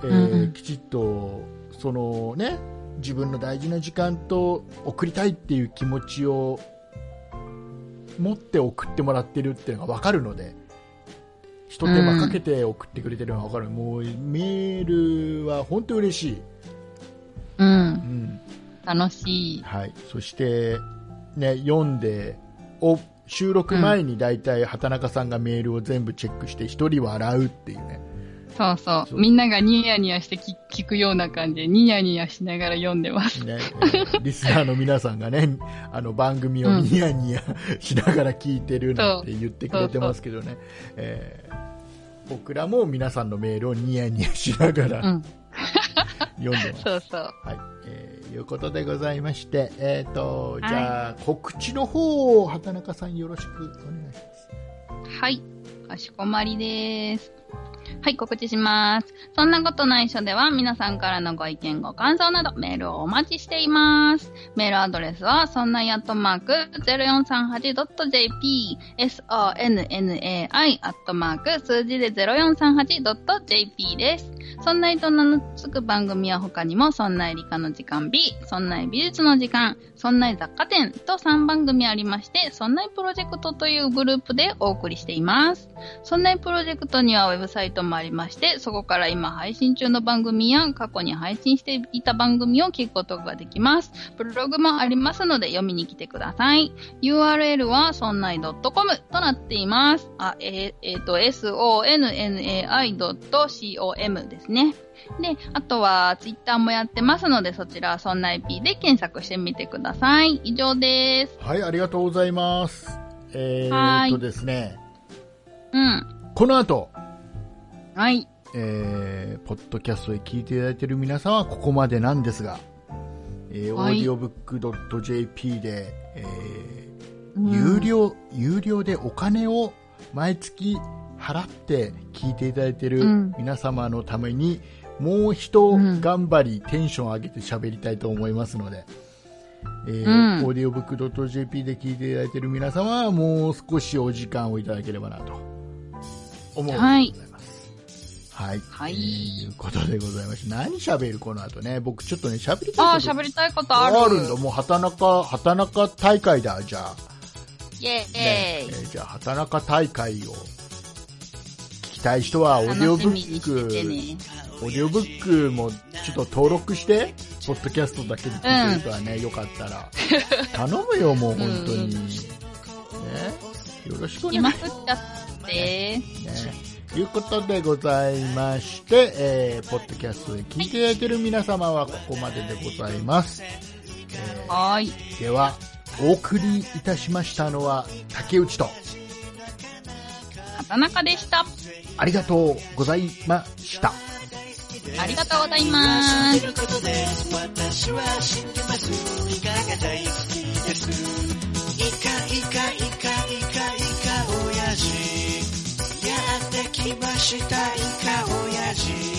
Speaker 2: え
Speaker 1: うんう
Speaker 2: ー
Speaker 1: ん
Speaker 2: きちっとその、ね、自分の大事な時間と送りたいっていう気持ちを持って送ってもらってるっていうのが分かるので。一手間かけて送ってくれてるのが分かる、もうメールは本当に嬉しい、
Speaker 1: う。
Speaker 2: うんん、
Speaker 1: 楽しい。
Speaker 2: はい、そして、ね、読んでお収録前に大体畑中さんがメールを全部チェックして一人笑うっていうね
Speaker 1: そうそ
Speaker 2: そう
Speaker 1: う。みんながニヤニヤして聞聞くような感じで、ニヤニヤしながら読んでます。
Speaker 2: ね、えーリスナーの皆さんがね あの番組をニヤニヤ しながら聞いてるなんて言ってくれてますけどね、えー僕らも皆さんのメールをニヤニヤしなが
Speaker 1: う
Speaker 2: ら
Speaker 1: ん。
Speaker 2: 読んでます。
Speaker 1: そうそう。
Speaker 2: はい、えーいうことでございまして、えー、とじゃあ、告知の方を畑中さんよろしくお願いします。
Speaker 1: はい。かしこまりです。はい、告知します。そんなことない書では皆さんからのご意見、ご感想などメールをお待ちしています。メールアドレスは、そんないアットマーク 0438.jp、sonnai アットマーク数字で 0438.jp です。そんないと名のつく番組は他にも、そんない理科の時間 B、そんない美術の時間、そんない雑貨店と3番組ありまして、そんないプロジェクトというグループでお送りしています。そんないプロジェクトにはウェブサイトもありまして、そこから今配信中の番組や過去に配信していた番組を聞くことができます。ブログもありますので読みに来てください。URL はそんない .com となっています。あ、えっ、えーと、sonnai.com ですね。で、あとはツイッターもやってますので、そちらはそんな IP で検索してみてください。以上です。
Speaker 2: はい、ありがとうございます。え
Speaker 1: はー
Speaker 2: ー、
Speaker 1: い
Speaker 2: っとですね、
Speaker 1: うん。
Speaker 2: この後、
Speaker 1: はい。
Speaker 2: えー、ポッドキャストで聞いていただいている皆さんはここまでなんですが、えー、
Speaker 1: はい
Speaker 2: audiobook.jp で、え
Speaker 1: うん
Speaker 2: ー、有料、有料でお金を毎月払って聞いていただいている皆様のために、もう一頑張り、テンション上げて喋りたいと思いますので、えー
Speaker 1: うん
Speaker 2: オーディオブックドット JP で聞いていただいている皆様はもう少しお時間をいただければなと思うでございます。はい。
Speaker 1: はい
Speaker 2: えーいうことでございまして、何喋るこの後ね、僕ちょっとね、喋り
Speaker 1: あ
Speaker 2: た
Speaker 1: あ、
Speaker 2: いこと
Speaker 1: 喋りたいことある。
Speaker 2: あるんだ。もう畑中、畑中大会だ、じゃあ。
Speaker 1: イェーイ。
Speaker 2: ねえーじゃあ、畑中大会を聞きたい人は、オーディ
Speaker 1: 楽
Speaker 2: オブ
Speaker 1: しみにしてて
Speaker 2: ック、
Speaker 1: ね。
Speaker 2: オーディオブックもちょっと登録して、ポッドキャストだけで聞いてる人はね、よかった ら、頼むよ、もう本当に。
Speaker 1: う
Speaker 2: ね、よろしくお願いし
Speaker 1: 今
Speaker 2: ます
Speaker 1: っちゃって。
Speaker 2: ね。ということでございまして、えー、ポッドキャストで聞いていただいてる皆様はここまででございます。え
Speaker 1: はーい。
Speaker 2: ーでは、お送りいたしましたのは、竹内と、
Speaker 1: 畑中でした。
Speaker 2: ありがとうございました。
Speaker 1: ありがとうございます。
Speaker 3: 私は知ってます。イカが大好きです。イカイカイカイカイカ親父。やってきましたイカ親父。